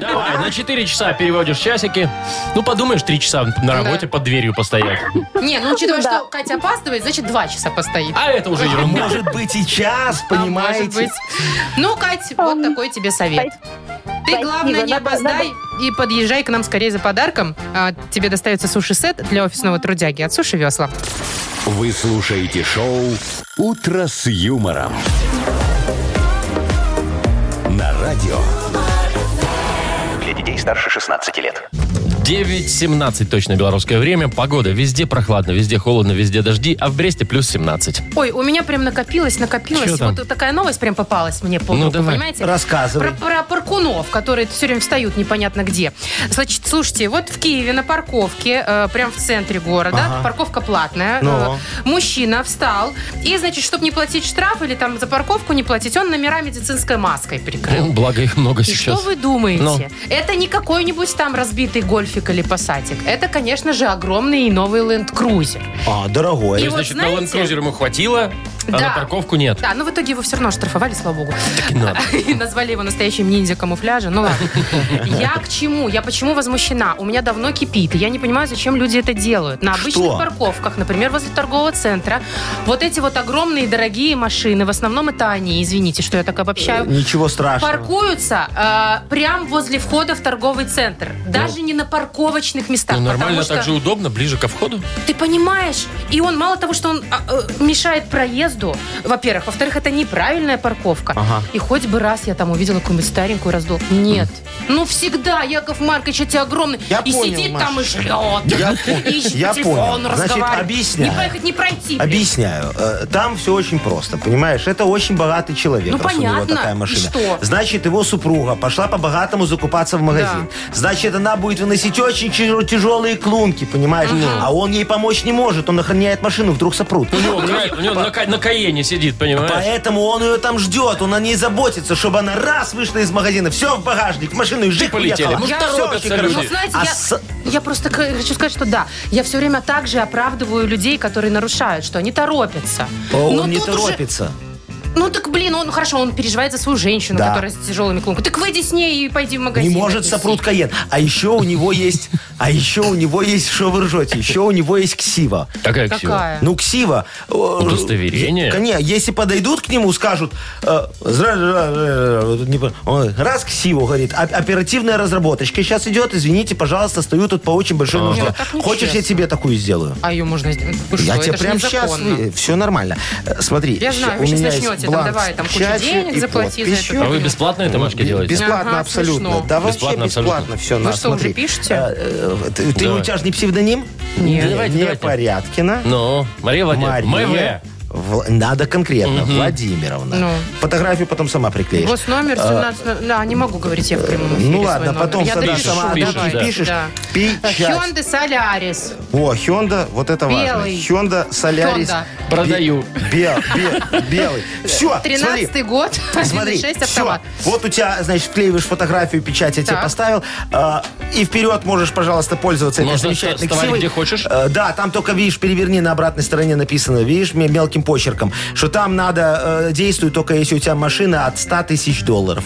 Давай, на 4 часа переводишь часики. Ну, подумаешь, 3 часа на работе под дверью постоять.
Не, ну учитывая, что Катя опаздывает, значит, два часа постоит.
А это уже ерунда.
Может быть и час,
А может
понимаете?
быть. Ну, Кать, вот такой тебе совет. Ты, главное, не
Надо-
опоздай и подъезжай к нам скорее за подарком. А, Тебе достается суши-сет для офисного трудяги от Суши Весла.
Вы слушаете шоу «Утро с юмором». На радио.
Для детей старше 16 лет.
9.17 точно белорусское время. Погода везде прохладно, везде холодно, везде дожди, а в Бресте плюс 17.
Ой, у меня прям накопилось, накопилось.
Чё там?
Вот такая новость прям попалась мне по
Ну,
боку,
давай.
понимаете?
Рассказывай.
Про, про паркунов, которые все время встают непонятно где. Значит, слушайте, вот в Киеве на парковке, э, прям в центре города, парковка платная,
Ну.
э, мужчина встал, и, значит, чтобы не платить штраф или там за парковку не платить, он номера медицинской маской прикрыл.
Ну, Благо их много
И
сейчас.
что вы думаете?
Ну.
Это не какой-нибудь там разбитый гольфик или пассатик. Это, конечно же, огромный и новый ленд-крузер.
А, дорогой.
То есть,
И вот
Э, значит, на
знаете-
Land Cruiser ему хватило, а
Да.
на парковку нет.
Да, но в итоге его все равно штрафовали, слава богу.
и надо. Ну,
(laughs) И назвали его настоящим ниндзя камуфляжа. Ну ладно. Я к чему? Я почему возмущена? У меня давно кипит. и Я не понимаю, зачем люди это делают. На обычных
Что?
парковках, например, возле торгового центра, вот эти вот огромные дорогие машины, в основном это они, извините, что я так обобщаю,
Ничего страшного.
паркуются э, прям возле входа в торговый центр. Даже не на парковочных местах.
Ну, нормально,
потому что
так же удобно, ближе ко входу.
ты понимаешь, и он мало того, что он а, э, мешает проезду, во-первых, во-вторых, это неправильная парковка.
Ага.
И хоть бы раз я там увидела какую-нибудь старенькую раздолб. Нет. Ну всегда, Яков Маркович, эти огромные.
Я
и
понял,
сидит
Маша.
там и жрет. (laughs)
Я
и
понял.
ещё
Я
по телефону
понял. Значит,
разговаривает.
объясняю.
Не поехать, не пройти. блин.
Объясняю. Э, Там все очень просто, понимаешь? Это очень богатый человек,
Ну,
раз у него
понятно.
такая
И
машина.
что?
Значит, его супруга пошла по-богатому закупаться в магазин. Значит, она будет выносить очень тяжелые клунки, понимаешь? А он ей помочь не может, он охраняет машину, вдруг сопрут.
Ну,
У него, понимаешь, у него на, ка- на Каене сидит, понимаешь?
Поэтому он ее там ждет, он о ней заботится, чтобы она раз вышла из магазина, все в багажник, в машину и жик
полетели.
уехала.
Ну,
Всё
торопятся
очень хорошо.
люди.
Ну, знаете,
А
я,
с-
я просто к- хочу сказать, что да, я все время также оправдываю людей, которые нарушают, что они торопятся.
О,
Но
он не
тут уже-
торопится.
Ну так, блин, он хорошо, он переживает за свою женщину,
Да.
которая с тяжелыми клумками. Так выйди с ней и пойди в магазин.
Не может
отнеси.
сопрут Каен. А еще у него есть... А еще у него есть... Что вы ржете? Еще у него есть ксива.
Какая ксива?
Какая?
Ну, ксива... э,
Удостоверение?
э, коне- если подойдут к нему, скажут... э, зра- зра- зра- зра- не по- он Раз ксиву, говорит, «Оп- оперативная разработочка сейчас идет, извините, пожалуйста, стою тут по очень большой нужде.
Нет, так нечестно.
Хочешь, я тебе такую сделаю?
А ее можно сделать? Вы
Я
что,
тебе
это ж
прям сейчас...
незаконно.
Все нормально. Э, Смотри,
Я знаю,
ща-
вы
у
щас
меня есть
начнёте, там,
бланк
давай, там,
с
кучу
печатью
денег
и
заплати за это.
подписью.
А вы бесплатные домашки делаете?
Бесплатно
Ага,
абсолютно.
смешно.
Да вообще
Бесплатно
бесплатно,
абсолютно.
все.
Вы
на,
что, уже
смотри.
пишете?
А, э, ты, ты-
Давай.
у тебя же не псевдоним?
Нет. Давайте,
не
давайте.
Порядкина.
Ну, Мария Владимировна,
Мария.
МВ.
Вла- Надо конкретно. Владимировна.
Ну.
Фотографию потом сама приклеишь.
Вот номер 17... Да, не могу говорить я в прямом эфире
Э, Ну
свой
ладно,
номер.
потом
Я
тогда
допишу,
сама
пишешь,
отдам,
давай.
ты
да.
пишешь.
Да.
Печать.
Hyundai Solaris.
О, Хёнда, вот это важно.
Белый.
Хёнда, Солярис.
Hyundai.
Продаю.
Бел, бел- белый. Все,
13 год, (laughs)
Смотри,
1.6 автомат.
всё. Вот у тебя, значит, вклеиваешь фотографию, печать я тебе
Так.
поставил. э, и вперед можешь, пожалуйста, пользоваться этой
Можно
замечательной
вставать
ксивой.
где хочешь?
Э, да, там только, видишь, переверни, на обратной стороне написано, видишь, ме- мелким почерком, что там надо э, действовать только если у тебя машина от 100 тысяч доллоларов.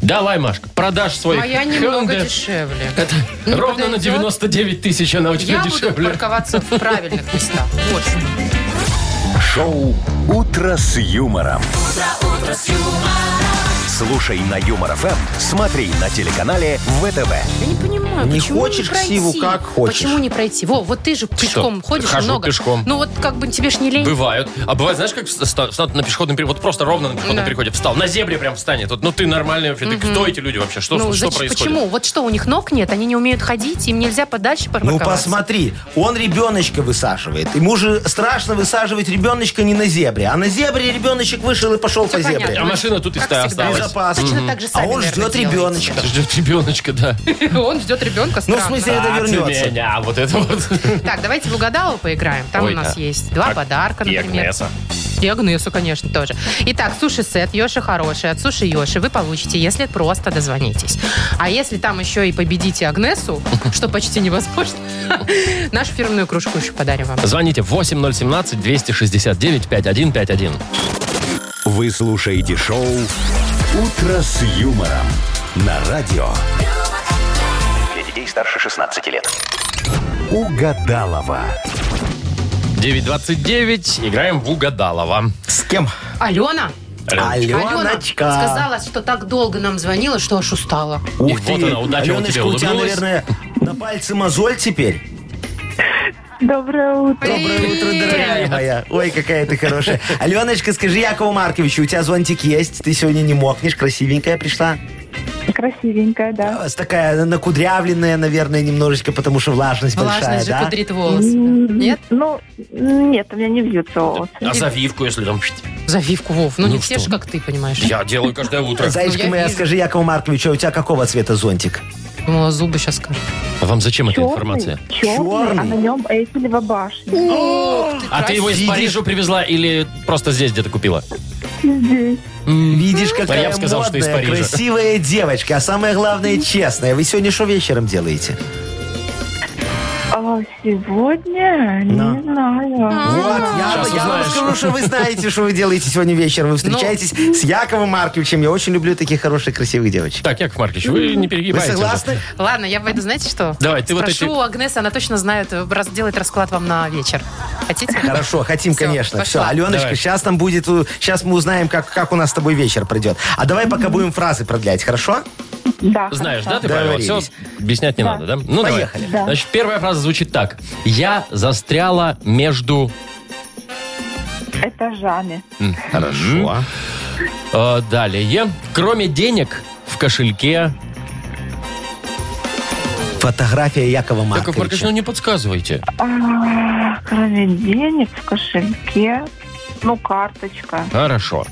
Давай, Машка, продашь свой
Моя А немного
Hyundai.
дешевле.
Это
Не
ровно на
подойдет?
99 тысяч она у тебя
Я буду
дешевле.
парковаться в правильных местах. Вот что.
Шоу «Утро с юмором». Слушай на Юмор ФМ, смотри на телеканале ВТВ.
Я не понимаю. понимаю,
А Не
почему
хочешь
не
к
пройти?
Сиву, как хочешь.
Почему не пройти? Во, вот ты же пешком ходишь
хожу
много.
пешком.
Ну вот как бы тебе ж не лень.
Бывают. А бывает, знаешь, как вста- встанут на пешеходном переходе, вот просто ровно на пешеходном
Да.
переходе встал, на зебре прям встанет. Вот, ну ты нормальный вообще, ты кто эти люди вообще? Что,
ну,
что
зач-
происходит?
почему? Вот что, у них ног нет, они не умеют ходить, им нельзя подальше
Ну
парковаться.
посмотри, он ребеночка высаживает. Ему же страшно высаживать ребеночка не на зебре. А на зебре ребеночек вышел и пошел по
понятно.
зебре.
А машина тут и
Как
ста-
всегда.
осталась.
Безопасно.
Точно так же
А
сами,
он
наверное,
ждет
делаете.
ребеночка.
Ждет ребеночка, да.
(laughs) Он ждет ребенка,
Ну, в
странно.
смысле, это
А, ты
вернется.
меня, вот это вот.
Так, давайте в угадалово поиграем. Там
Ой,
у нас
да.
есть два
Так,
подарка,
И
например.
Агнеса.
И Агнесу, конечно, тоже. Итак, суши-сет Йоши хороший от Суши Йоши вы получите, если просто дозвонитесь. А если там еще и победите
(laughs)
Агнесу, что почти невозможно, (laughs) нашу фирменную кружку еще подарим вам.
Звоните 8017-269-5151.
Вы слушаете шоу «Утро с юмором» на радио
Для детей старше 16 лет.
«Угадалова».
9.29. Играем в Угадалова.
С кем?
Алена!
А, Аленочка.
сказала, что так долго нам звонила, что аж устала.
И вот она, удача у
Аленочка,
тебя
у тебя,
улыбнулась.
наверное, на пальце мозоль теперь.
Доброе утро.
Доброе утро, дорогая моя. Ой, какая ты хорошая. Аленочка, скажи Якову Марковичу, у тебя зонтик есть? Ты сегодня не мокнешь, красивенькая пришла.
Красивенькая, да.
А, с Такая накудрявленная, наверное, немножечко, потому что влажность,
Влажность
большая,
же
да?
пудрит волосы.
М,
Нет?
Ну, нет, у меня не вьются волосы.
А завивку, если там... пшт,
Завивку, Вов. Ну,
Ну
не все
что?
же, как ты, понимаешь.
Я делаю каждое утро.
Зайчка
Ну, я
моя,
вижу.
скажи Якову Марковичу, а у тебя какого цвета зонтик?
Думала, зубы сейчас скажут.
А вам зачем эта информация?
черный, а
Черный?
на нем Эйфелева башня.
А ты его из Парижа привезла или просто здесь где-то купила?
Здесь.
Видишь, какая
я бы сказал, что
модная,
из Парижа.
красивая девочка, а самое главное, честная. Вы сегодня что вечером делаете?
А сегодня
Да.
не знаю.
Вот,
А.
я,
Сейчас
я вам
узнаешь. Ну.
скажу, что вы знаете, что вы делаете сегодня вечером. Вы встречаетесь с Яковом Марковичем. Я очень люблю таких хороших, красивых девочек.
Так, Яков Маркович, вы не
Вы
перегибаете.
согласны?
Ладно, я пойду, знаете что?
Давай, ты вот
Спрошу
эти-
у Агнесы, она точно знает, э, раз делает расклад вам на вечер. Хотите?
Хорошо, хотим,
Всё,
конечно.
пошла.
Все,
Давай.
Аленочка, сейчас там будет, э, сейчас мы узнаем, как, как у нас с тобой вечер пройдет. А давай пока будем фразы продлять, хорошо?
Да,
Знаешь, да, ты правила?
Договорились.
Все объяснять не надо, да? Ну, давай.
Поехали.
Да.
Значит, первая фраза звучит так. Я застряла между...
этажами.
М, Хорошо. Э, Далее. Кроме денег в кошельке...
Фотография Якова
Яков Маркович, ну
Марковича.
не подсказывайте.
А, кроме денег в кошельке, ну, карточка.
Хорошо.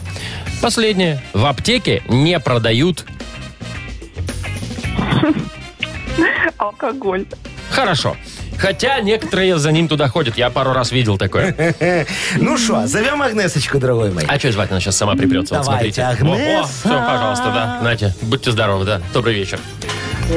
Последнее. В аптеке не продают...
Алкоголь.
Хорошо. Хотя некоторые за ним туда ходят. Я пару раз видел такое.
Ну что, зовем Агнесочку, дорогой мой.
А что звать? Она сейчас сама припрется. Вот
Давайте,
смотрите. О,
Агнеса.
все, пожалуйста, да. Нате, будьте здоровы, да. Добрый вечер.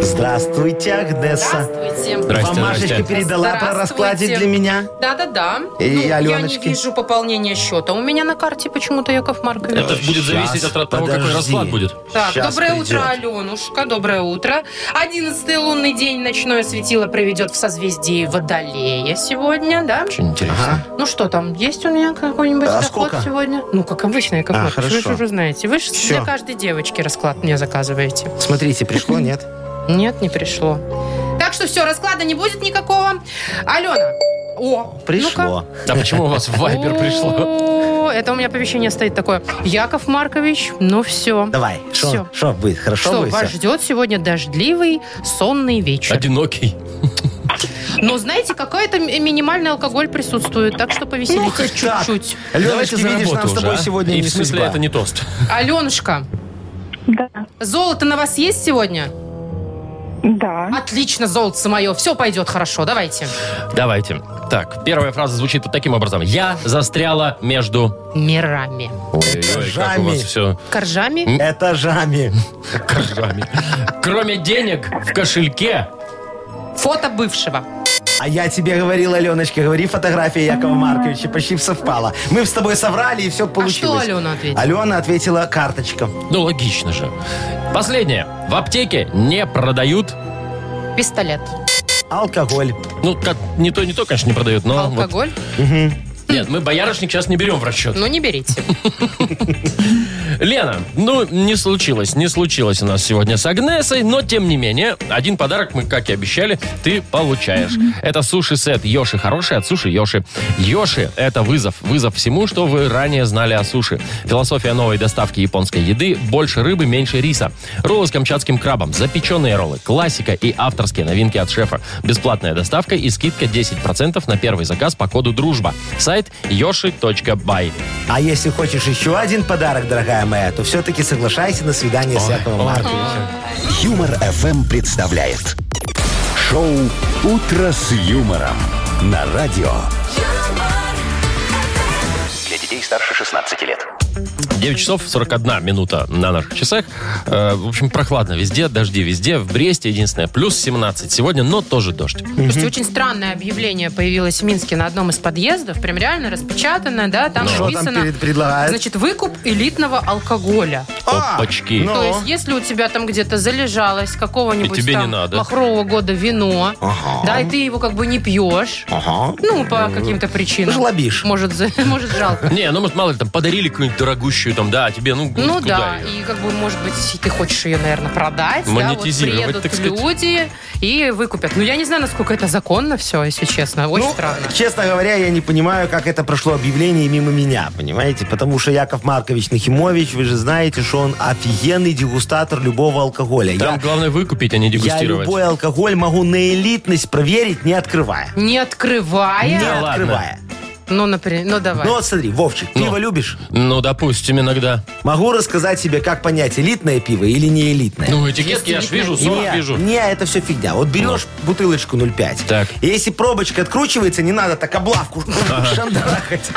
Здравствуйте, Агнеса.
Здравствуйте.
А- Здрасте,
Вам Машечка
здрасте.
передала про раскладик
Здравствуйте.
для меня.
Да-да-да.
И
Ну, я не
Аленочки.
вижу пополнения счета. У меня на карте почему-то Яков Маркович.
Это будет
Э, Щас,
зависеть от того, какой
подожди.
расклад будет.
Так,
щас
доброе
придет.
утро, Аленушка, доброе утро. Одиннадцатый лунный день ночное светило проведет в созвездии Водолея сегодня, да?
Очень интересно.
Ну что там, есть у меня какой-нибудь
А
доход
сколько?
сегодня? Ну, как обычно, Яков
А,
Маркович, вы
хорошо.
же уже знаете. Вы же
Всё.
для каждой девочки расклад мне заказываете.
Смотрите, пришло, нет?
Нет, не пришло. Так что все, расклада не будет никакого. Алена. О, ну-ка.
Пришло.
А почему у вас в Вайбер пришло?
О, Это у меня оповещение стоит такое. Яков Маркович, ну все.
Давай,
Всё.
что будет? Хорошо
Что,
будет? всё?
вас ждет сегодня дождливый, сонный вечер.
Одинокий.
Но знаете, какой-то ми- минимальный алкоголь присутствует, так что повеселитесь
так.
чуть-чуть.
Аленочка, видишь, нам с тобой сегодня
а? И
не
в смысле
судьба.
это не тост.
Аленушка,
Да,
золото на вас есть сегодня?
да.
Отлично, золото мое. Все пойдет хорошо, давайте.
Давайте. Так, первая фраза звучит вот таким образом. Я застряла между...
Мирами.
Ой-ой-ой, как у вас
Коржами. (laughs)
все
Коржами?
Этажами.
коржами. Кроме денег в кошельке...
Фото бывшего.
А я тебе говорил, Аленочка, говори фотография Якова Марковича, почти совпала. Мы с тобой соврали, и все
А
получилось.
что Алена ответила?
Алена ответила карточка.
Ну, логично же. Последнее. В аптеке не продают...
Пистолет.
Алкоголь. А,
Ну, как, не то, не то, конечно, не продают, но... вот
Алкоголь?
Нет, мы боярышник сейчас не берем в расчет.
Ну, не
(laughs)
берите.
Лена, ну, не случилось, не случилось у нас сегодня с Агнесой, но, тем не менее, один подарок мы, как и обещали, ты получаешь. Это суши-сет Йоши Хороший от Суши Йоши. Йоши – это вызов, вызов всему, что вы ранее знали о суши. Философия новой доставки японской еды – больше рыбы, меньше риса. Роллы с камчатским крабом, запеченные роллы, классика и авторские новинки от шефа. Бесплатная доставка и скидка 10% на первый заказ по коду «Дружба». Сайт yoshi.by.
А если хочешь еще один подарок, дорогая моя, то все-таки соглашайся на свидание с Яковом Марковичем.
Юмор FM представляет шоу Утро с юмором на радио.
Для детей старше 16 лет.
9 часов 41 минута на наших часах. Э, в общем, прохладно везде, дожди везде. В Бресте единственное, плюс 17 сегодня, но тоже дождь.
Слушайте, очень странное объявление появилось в Минске на одном из подъездов. Прям реально распечатанное, да, там
Ну, Что там
написано.
перед- предлагают?
Значит, выкуп элитного алкоголя.
А,
Опачки.
ну.
То есть, если у тебя там где-то залежалось какого-нибудь
И тебе не
там
надо.
махрового года вино,
Ага.
да, и ты его как бы не пьешь,
Ага.
ну, по каким-то причинам.
Жлобишь.
Может, за- (laughs) может жалко.
Не, ну, может, мало ли, там подарили какую-нибудь дорогущую, там, да, а тебе, ну,
Ну
куда
да,
её?
и как бы, может быть, и ты хочешь ее, наверное, продать. да, вот
Монетизировать,
приедут
так сказать.
люди и выкупят. Ну, я не знаю, насколько это законно все, если честно. Очень
Ну,
странно.
честно говоря, я не понимаю, как это прошло объявление мимо меня, понимаете? Потому что Яков Маркович Нахимович, вы же знаете, что он офигенный дегустатор любого алкоголя.
Там
Я-
главное выкупить, а не
я,
дегустировать.
любой алкоголь могу на элитность проверить, не открывая.
Не открывая.
не
ладно.
открывая.
Ну, например, ну давай.
Ну вот смотри, Вовчик, пиво любишь?
Ну, допустим, иногда.
Могу рассказать себе, как понять, элитное пиво или не элитное.
Ну, этикетки я ж вижу, сорок
не,
вижу. Ну.
не, это все фигня. Вот берешь бутылочку 0,5.
Так.
И Если пробочка откручивается, не надо так облавку (laughs) шандарахать.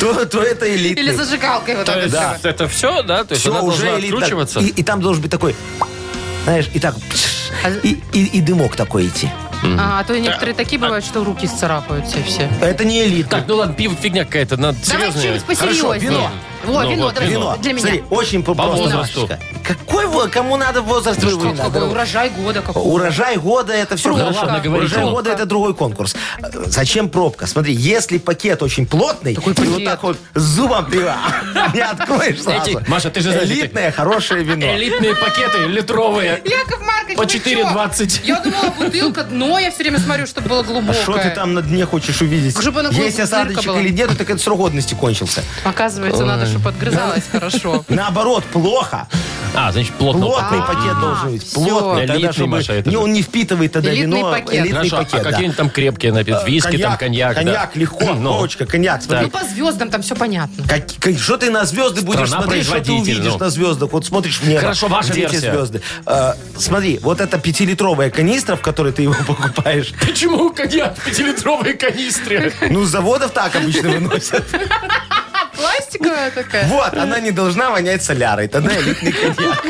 То, то это элитный.
Или зажигалкой вот
То
так.
есть
да.
это все, да? То есть
Всё,
она должна
элитно.
откручиваться?
И, и там должен быть такой, знаешь, и так, пш,
А-
и, и- и дымок такой идти.
А, а то некоторые такие бывают, что руки сцарапаются и все.
Это не элитно.
Так, ну ладно, пиво фигня какая-то, надо
Давай
серьезная.
что-нибудь посерьезнее.
вино.
Во,
Ну,
вино,
вот,
давай,
вино.
для меня.
Смотри, очень по-
По
просто.
возрасту. Ну
Машечка. Какой, во- кому надо возраст
Какой
выбрать? надо?
урожай года какой.
Урожай года это все
Пробка.
хорошо.
Ладно,
говори,
Урожай
Тимур.
года это другой конкурс. Э, Зачем пробка? Смотри, если пакет очень плотный,
Такой
ты вот
пакет.
так вот зубом ты его (laughs) не откроешь сразу.
Эти- Маша, ты же знаешь,
Элитное, хорошее вино.
Элитные пакеты, литровые.
Яков Маркович,
По
вы
4,20.
чё? Я думала, бутылка дно, я все время смотрю, чтобы было
А
глубокое.
что ты там на дне хочешь увидеть?
Чтобы оно
Есть
глубоко
осадочек
зыркало.
или нет, так это срок годности кончился.
Оказывается, надо, чтобы отгрызалось хорошо.
Наоборот, плохо.
А, значит, плотно.
Плотный
упакован.
пакет должен быть.
всё.
Плотный,
А, Элитный,
тогда чтобы
Маша, это
не,
же.
он не впитывает тогда
Элитный
вино.
пакет.
Элитный
Хорошо,
пакет,
а
да.
какие-нибудь там крепкие
Э,
напитки? Виски, там коньяк, да.
Э, Коньяк, легко,
(clears throat) Ну,
Вовочка, коньяк. Смотри,
Ну, по звездам там все понятно.
Как, как- что ты на звезды будешь смотреть, что ты
производитель,
увидишь
ну.
на звездах? Вот смотришь мне.
Хорошо, ваша
где эти
версия.
звезды? Э, смотри, вот эта пятилитровая канистра, в которой ты его (laughs) покупаешь,
Почему коньяк в пятилитровой
(laughs)
канистре?
ну, с заводов так обычно выносят. (laughs)
Пластиковая такая.
Вот, она не должна вонять солярой. Тогда элитный коньяк.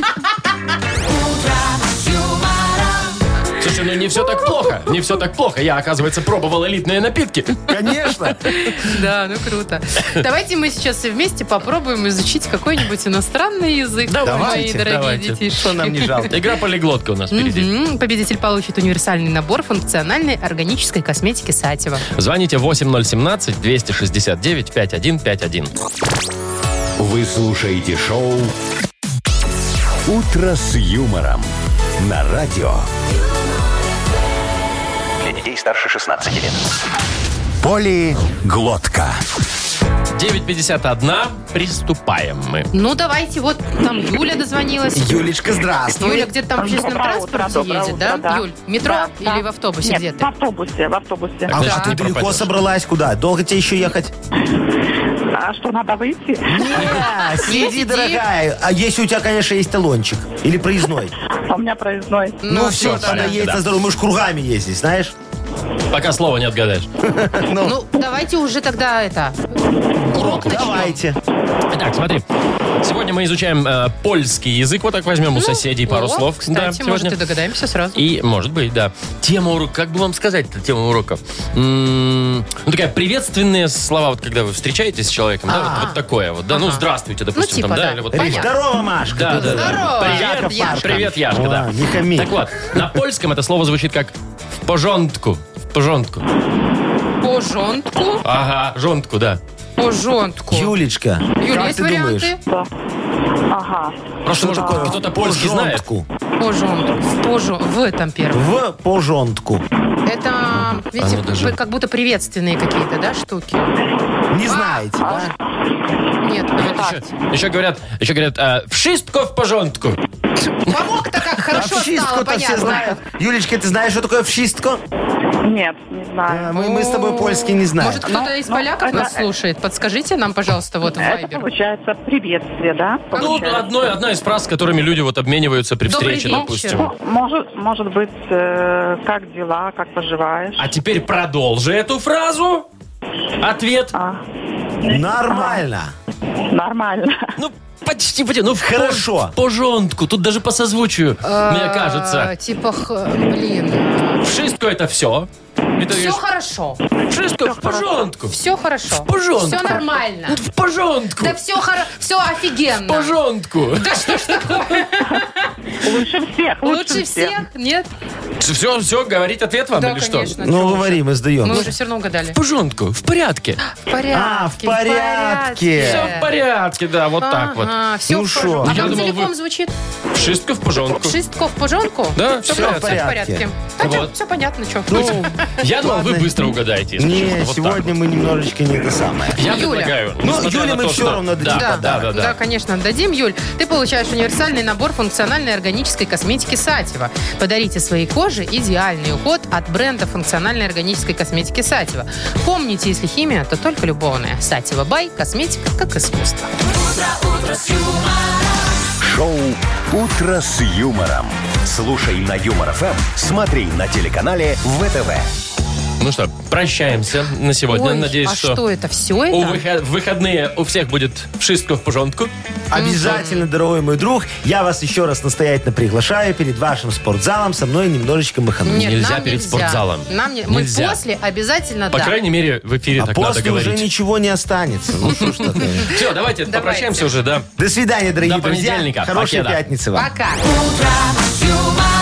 Слушай, ну не все так плохо. Не все так плохо. Я, оказывается, пробовал элитные напитки.
Конечно.
Да, ну круто. Давайте мы сейчас все вместе попробуем изучить какой-нибудь иностранный язык.
Давайте,
мои дорогие
давайте.
детишки.
Что нам не жалко.
Игра полиглотка у нас впереди.
Мгм. Победитель получит универсальный набор функциональной органической косметики Сатева.
Звоните 8017-269-5151.
Вы слушаете шоу Утро с юмором на радио.
Для детей старше 16 лет.
Полиглотка.
9.51. Приступаем мы.
Ну, давайте, вот там Юля дозвонилась.
Юлечка,
Ну,
здравствуй.
Юля где-то там в общественном
Доброе
транспорте
утро, доброе
едет,
утро,
да?
да.
Юль, в метро
Да, да.
или в автобусе
Нет,
где ты?
в автобусе, в автобусе.
А
Значит,
ты
не
далеко
пропадешь.
собралась? Куда? Долго тебе еще ехать?
А что, надо выйти?
Не,
(laughs)
Сиди.
сиди, дорогая. А если у тебя, конечно, есть талончик или проездной?
А у меня проездной.
Ну, все,
всё,
тогда
понятно,
едь
да.
на здоровье. Мы ж кругами ездить, знаешь?
Пока слова не отгадаешь.
Ну, давайте уже тогда это... Урок начнем.
Давайте.
Итак, смотри. Сегодня мы изучаем э, польский язык. Вот так возьмем у
Ну,
соседей пару
о,
слов.
Кстати,
Да,
может,
сегодня.
и догадаемся сразу.
И, может быть, да. Тема урока, как бы вам сказать-то тему уроков? М, Ну, такая приветственные слова, вот когда вы встречаетесь с человеком, да, вот, вот такое вот, да, ну, здравствуйте, допустим,
типа,
там, да,
да.
или вот
Риш,
Понятно.
Здорово, Машка.
Да, да, да.
Здорово,
Привет,
Яков
Яшка.
Маркович.
Привет, Яшка, да.
Ладно, не коми.
Так вот, на польском это слово звучит как в пожонтку. В пожонтку.
По По жонтку.
Ага, жонтку, да.
По жонтку.
Юлечка,
Юль,
как
есть
ты
варианты?
Ага.
Просто, может, кто-то польский знает.
Пожонтку.
По жонтку. По жон- В там первый.
В пожонтку.
Это, видите,
Оно даже-
вы как будто приветственные какие-то, да, штуки?
Не
А,
знаете, да?
Нет, ну,
Еще, еще говорят, еще говорят, а, «Вшистко в пожонтку.
Помог-то как хорошо стало,
Вшистку-то все
понятно.
знают. Юлечка, ты знаешь, что такое вшистко?
Нет, не знаю.
А, Мы, мы с
ну,
тобой польский не знаем.
Может, кто-то из поляков нас слушает? Подскажите нам, пожалуйста, вот в
Это
Viber.
получается приветствие, да?
Ну, одно, одна из фраз, которыми люди вот обмениваются при
Добрый
встрече,
вечер.
допустим.
Ну, может, может быть, э, как дела, как поживаешь?
А теперь продолжи эту фразу. Ответ.
А,
Нормально.
нормально.
Ну, почти, почти. Ну, в
Хорошо.
пож- в пожонтку. Тут даже по созвучию, мне
А,
кажется.
Типа, х- блин,
В шистку это все. И ты
все
говоришь,
хорошо,
в шистку в пожонтку.
все хорошо.
В пожонку.
Все нормально.
В пожонтку.
Да все хоро... все
В
офигенно.
пожонтку.
Да что ж такое?
Лучше всех,
Лучше всех, нет?
Все, все, говорить ответ вам
Да,
или А что?
конечно.
Ну,
чё
говори, мы
вы.
сдаем.
Мы уже все равно угадали.
В пожонтку, в порядке.
В порядке.
А, в порядке.
Э.
Все в порядке, да, вот так вот.
Все
Ну
в
шо?
пожонку. А
Я
как
думал, вы-
телефон звучит?
В шистку, в пожонтку.
Шестков в пожонку?
Да, всё
все,
в
в
порядке.
порядке.
Вот.
все понятно, что.
Ну,
Я думал, вы
Ладно.
быстро угадаете. если честно,
не,
вот так.
сегодня мы немножечко не это самое.
Я
Юля.
предлагаю.
Ну,
несмотря
Юле
на
мы
то,
всё
что-
равно
да,
дадим.
да, да, да, да.
конечно, отдадим, Юль. Ты получаешь универсальный набор функциональной органической косметики Сатева. Подарите своей коже идеальный уход от бренда функциональной органической косметики Сатева. Помните, если химия, то только любовная. Сатева Бай. Косметика как искусство.
Шоу «Утро с юмором». Слушай на Юмор ФМ, смотри на телеканале ВТВ.
Ну что, прощаемся на сегодня.
Ой,
Надеюсь,
а что, это? Все это?
у выход- в выходные у всех будет в шистку в пожонтку.
Обязательно, дорогой мой друг, я вас еще раз настоятельно приглашаю перед вашим спортзалом со мной немножечко махануть.
Нет,
Нельзя
нам
перед
нельзя.
спортзалом.
Нам не- Мы
Нельзя.
после обязательно,
По
да.
крайней мере, в эфире
А
так надо
после уже
говорить.
ничего не останется. Ну, что ж такое.
(laughs) Все, давайте,
Давайте.
попрощаемся уже, да.
До свидания, дорогие
До
друзья.
понедельника.
Хорошей
Покеда.
пятницы вам.
Пока.
юмор.